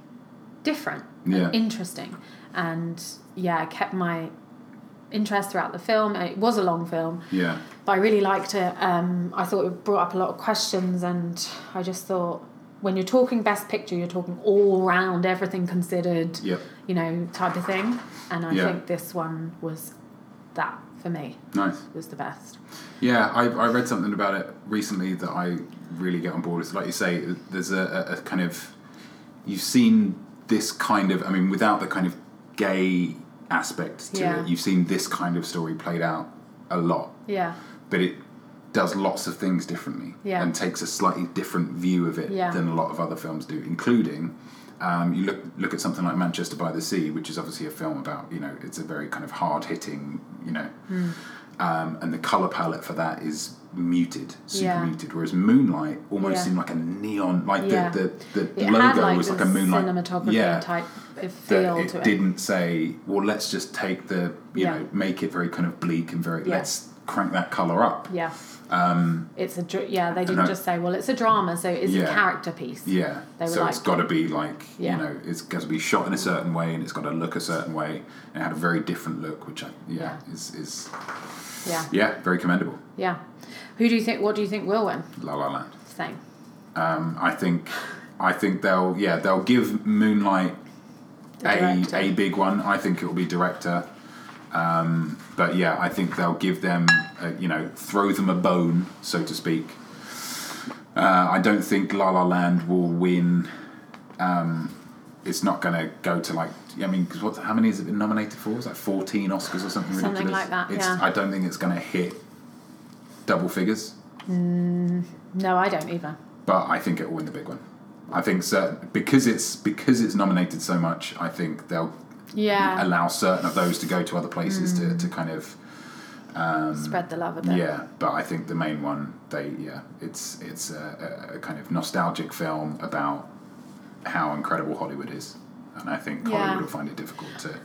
Speaker 2: different
Speaker 1: Yeah.
Speaker 2: and interesting. And yeah, I kept my interest throughout the film. It was a long film,
Speaker 1: Yeah.
Speaker 2: but I really liked it. Um, I thought it brought up a lot of questions, and I just thought when you're talking Best Picture, you're talking all round, everything considered,
Speaker 1: Yep.
Speaker 2: you know, type of thing. And I
Speaker 1: Yeah.
Speaker 2: think this one was that for me,
Speaker 1: Nice.
Speaker 2: was the best.
Speaker 1: Yeah, I, I read something about it recently that I really get on board with. Like you say, there's a, a, a kind of. You've seen this kind of. I mean, without the kind of gay aspect to
Speaker 2: Yeah.
Speaker 1: it, you've seen this kind of story played out a lot.
Speaker 2: Yeah,
Speaker 1: But it does lots of things differently
Speaker 2: Yeah.
Speaker 1: and takes a slightly different view of it
Speaker 2: Yeah.
Speaker 1: than a lot of other films do, including. Um, you look look at something like Manchester by the Sea, which is obviously a film about you know it's a very kind of hard hitting you know
Speaker 2: Hmm.
Speaker 1: um, and the color palette for that is muted, super
Speaker 2: Yeah.
Speaker 1: muted. Whereas Moonlight almost
Speaker 2: Yeah.
Speaker 1: seemed like a neon, like
Speaker 2: Yeah.
Speaker 1: the the, the
Speaker 2: it
Speaker 1: logo
Speaker 2: had like,
Speaker 1: was
Speaker 2: this
Speaker 1: like a moonlight
Speaker 2: cinematography
Speaker 1: yeah,
Speaker 2: type of
Speaker 1: that
Speaker 2: feel
Speaker 1: it,
Speaker 2: to it.
Speaker 1: didn't say, well, let's just take the you
Speaker 2: Yeah.
Speaker 1: know make it very kind of bleak and very
Speaker 2: Yeah.
Speaker 1: let's crank that color up.
Speaker 2: Yeah.
Speaker 1: Um,
Speaker 2: It's a dr- yeah. They didn't
Speaker 1: I-
Speaker 2: just say, well, it's a drama, so it's
Speaker 1: Yeah.
Speaker 2: a character piece.
Speaker 1: yeah,
Speaker 2: They were
Speaker 1: so it's
Speaker 2: like-
Speaker 1: got to be like
Speaker 2: Yeah.
Speaker 1: you know it's got to be shot in a certain way and it's got to look a certain way. And it had a very different look, which I yeah,
Speaker 2: Yeah.
Speaker 1: is is
Speaker 2: Yeah,
Speaker 1: yeah very commendable.
Speaker 2: yeah. Who do you think? What do you think will win?
Speaker 1: La La Land.
Speaker 2: Same.
Speaker 1: Um, I think, I think they'll yeah they'll give Moonlight
Speaker 2: The
Speaker 1: a,
Speaker 2: director.
Speaker 1: a big one. I think it will be director, um, but yeah, I think they'll give them a, you know throw them a bone so to speak. Uh, I don't think La La Land will win um, it's not going to go to like I mean, because what? How many has it been nominated for? Is that fourteen Oscars or something?
Speaker 2: Something
Speaker 1: ridiculous?
Speaker 2: like that,
Speaker 1: It's,
Speaker 2: yeah.
Speaker 1: I don't think it's going to hit double figures,
Speaker 2: No, I don't either.
Speaker 1: but I think it will win the big one. I think certain, because it's because it's nominated so much. I think they'll
Speaker 2: Yeah.
Speaker 1: allow certain of those to go to other places to, to kind of
Speaker 2: Spread the love a bit.
Speaker 1: Um, yeah. But I think the main one, they yeah, it's it's a, a- a kind of nostalgic film about how incredible Hollywood is, and I think
Speaker 2: Yeah.
Speaker 1: Hollywood will find it difficult to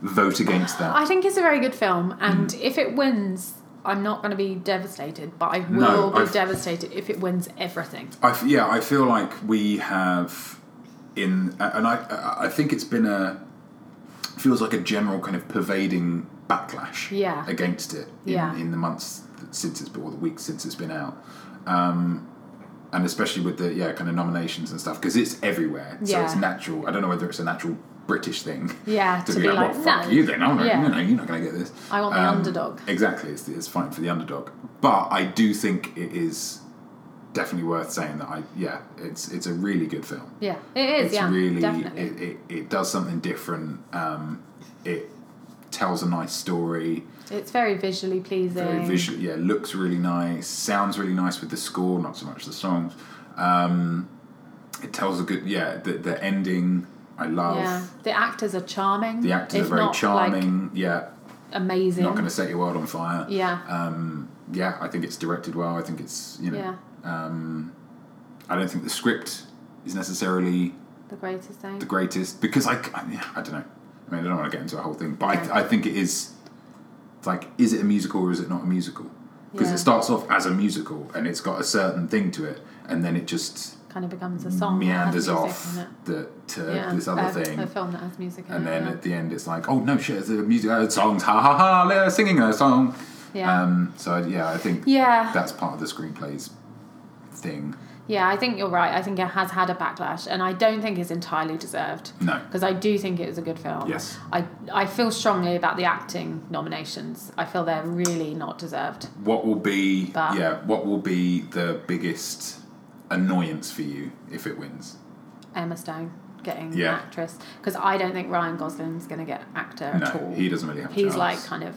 Speaker 1: vote against that.
Speaker 2: I think it's a very good film, and
Speaker 1: Mm.
Speaker 2: if it wins, I'm not going to be devastated, but I will
Speaker 1: No,
Speaker 2: be
Speaker 1: I've-
Speaker 2: devastated if it wins everything.
Speaker 1: I f- yeah, I feel like we have in, uh, and I I- I think it's been a feels like a general kind of pervading backlash
Speaker 2: Yeah.
Speaker 1: against it in,
Speaker 2: Yeah.
Speaker 1: in the months since it's been, or the weeks since it's been out. Um, and especially with the yeah kind of nominations and stuff because it's everywhere, so it's
Speaker 2: Yeah.
Speaker 1: natural. I don't know whether it's a natural British thing.
Speaker 2: Yeah,
Speaker 1: to,
Speaker 2: to
Speaker 1: be,
Speaker 2: be
Speaker 1: like,
Speaker 2: like,
Speaker 1: well, fuck
Speaker 2: no.
Speaker 1: you then. I'm not,
Speaker 2: Yeah.
Speaker 1: you know, you're not going to get this. Um,
Speaker 2: I want the underdog.
Speaker 1: Exactly, it's, it's fighting for the underdog. But I do think it is definitely worth saying that I yeah, it's it's a really good film.
Speaker 2: Yeah, it is.
Speaker 1: It's
Speaker 2: yeah,
Speaker 1: really
Speaker 2: definitely.
Speaker 1: it, it it does something different. Um, it tells a nice story,
Speaker 2: it's very visually pleasing.
Speaker 1: very visual. Yeah, looks really nice, sounds really nice with the score, not so much the songs. Um, it tells a good yeah. The the ending I love.
Speaker 2: Yeah, the actors are charming.
Speaker 1: The actors
Speaker 2: if
Speaker 1: are very
Speaker 2: not, Like,
Speaker 1: charming. yeah,
Speaker 2: amazing.
Speaker 1: not going to set your world on fire.
Speaker 2: Yeah.
Speaker 1: Um, yeah, I think it's directed well. I think it's you know.
Speaker 2: yeah,
Speaker 1: I don't think the script is necessarily
Speaker 2: the greatest thing.
Speaker 1: the greatest because I, I, yeah, I don't know. I mean, I don't want to get into a whole thing, but
Speaker 2: Yeah.
Speaker 1: I, I think it is like, is it a musical or is it not a musical? Because
Speaker 2: Yeah.
Speaker 1: it starts off as a musical and it's got a certain thing to it, and then it just
Speaker 2: kind of becomes a song. that has
Speaker 1: meanders
Speaker 2: music
Speaker 1: off
Speaker 2: in it.
Speaker 1: the, to
Speaker 2: Yeah,
Speaker 1: this other
Speaker 2: a-
Speaker 1: thing.
Speaker 2: A film that has music in
Speaker 1: and
Speaker 2: it.
Speaker 1: then
Speaker 2: yeah.
Speaker 1: at the end, it's like, oh no, shit, it's a music, uh, songs, ha ha ha, they're singing a song.
Speaker 2: Yeah.
Speaker 1: Um, so yeah, I think
Speaker 2: Yeah.
Speaker 1: that's part of the screenplays thing.
Speaker 2: Yeah, I think you're right. I think it has had a backlash, and I don't think it's entirely deserved.
Speaker 1: No.
Speaker 2: because I do think it was a good film.
Speaker 1: Yes.
Speaker 2: I I feel strongly about the acting nominations. I feel they're really not deserved.
Speaker 1: What will be
Speaker 2: But-
Speaker 1: yeah? What will be the biggest annoyance for you if it wins?
Speaker 2: Emma Stone getting
Speaker 1: Yeah.
Speaker 2: actress because I don't think Ryan Gosling's going to get actor at
Speaker 1: No,
Speaker 2: all.
Speaker 1: he doesn't really have. A
Speaker 2: He's
Speaker 1: chance.
Speaker 2: like kind of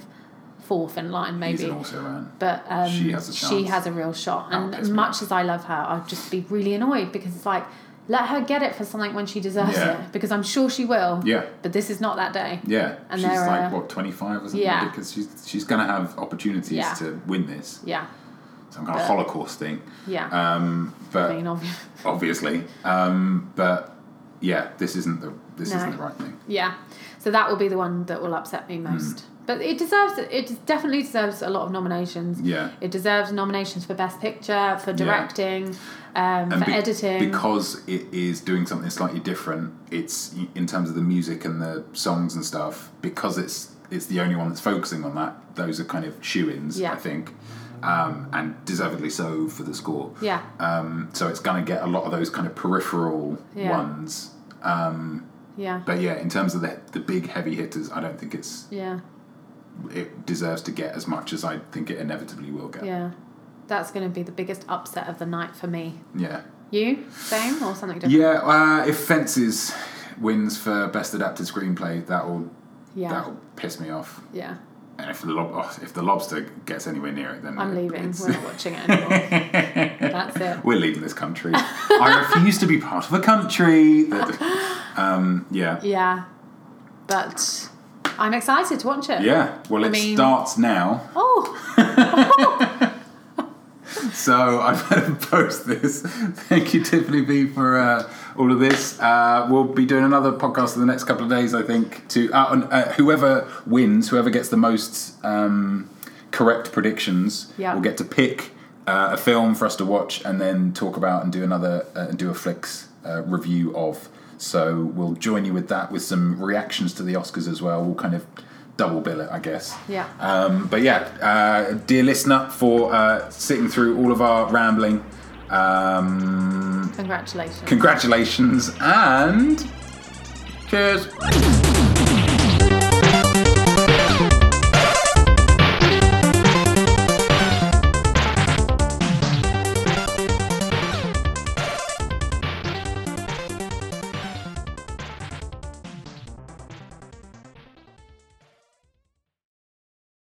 Speaker 2: fourth in line, maybe.
Speaker 1: he's an also ran.
Speaker 2: but um,
Speaker 1: She has a
Speaker 2: she
Speaker 1: chance.
Speaker 2: has a real shot.
Speaker 1: That'll
Speaker 2: And
Speaker 1: piss me
Speaker 2: much as I love her, I'd just be really annoyed because it's like, let her get it for something when she deserves
Speaker 1: Yeah.
Speaker 2: it because I'm sure she will.
Speaker 1: Yeah.
Speaker 2: But this is not that day.
Speaker 1: Yeah,
Speaker 2: And
Speaker 1: she's
Speaker 2: they're,
Speaker 1: like
Speaker 2: uh,
Speaker 1: what twenty five or something.
Speaker 2: yeah.
Speaker 1: because she's she's gonna have opportunities
Speaker 2: Yeah.
Speaker 1: to win this
Speaker 2: Yeah.
Speaker 1: some kind of
Speaker 2: But-
Speaker 1: Holocaust thing.
Speaker 2: Yeah.
Speaker 1: Um, but
Speaker 2: I mean, obvious.
Speaker 1: obviously, um, but yeah, this isn't the this
Speaker 2: No.
Speaker 1: isn't the right thing.
Speaker 2: Yeah. So that will be the one that will upset
Speaker 1: Hmm.
Speaker 2: me most. But it deserves it definitely deserves a lot of nominations.
Speaker 1: Yeah.
Speaker 2: It deserves nominations for best picture, for directing, um, for
Speaker 1: be-
Speaker 2: editing.
Speaker 1: because it is doing something slightly different it's in terms of the music and the songs and stuff because it's it's the only one that's focusing on that those are kind of shoe-ins
Speaker 2: Yeah.
Speaker 1: i think um, and deservedly so for the score
Speaker 2: yeah.
Speaker 1: um, so it's going to get a lot of those kind of peripheral
Speaker 2: Yeah.
Speaker 1: ones
Speaker 2: Yeah.
Speaker 1: but yeah in terms of the, the big heavy hitters i don't think it's
Speaker 2: Yeah.
Speaker 1: it deserves to get as much as i think it inevitably will get
Speaker 2: Yeah. That's going to be the biggest upset of the night for me.
Speaker 1: yeah
Speaker 2: You? Same or something different?
Speaker 1: yeah uh, if fences wins for best adapted screenplay that'll
Speaker 2: Yeah.
Speaker 1: That'll piss me off.
Speaker 2: Yeah.
Speaker 1: And if the lob- oh, if the lobster gets anywhere near it, then
Speaker 2: I'm
Speaker 1: it-
Speaker 2: leaving.
Speaker 1: it's-
Speaker 2: We're not watching it anymore. That's it.
Speaker 1: We're leaving this country. I refuse to be part of a country. that- um, yeah,
Speaker 2: Yeah. But I'm excited to watch it.
Speaker 1: yeah. Well, it
Speaker 2: mean-
Speaker 1: starts now,
Speaker 2: Oh,
Speaker 1: so I better post this. Thank you, Tiffany B, for uh, all of this. Uh, we'll be doing another podcast in the next couple of days, I think. To uh, and, uh, whoever wins, whoever gets the most um, correct predictions,
Speaker 2: Yeah.
Speaker 1: will get to pick uh, a film for us to watch and then talk about and do another uh, and do a flicks uh, review of. So we'll join you with that with some reactions to the Oscars as well. We'll kind of double bill it, I guess.
Speaker 2: Yeah.
Speaker 1: Um, but yeah, uh, dear listener, for uh, sitting through all of our rambling. Um,
Speaker 2: congratulations.
Speaker 1: congratulations and cheers.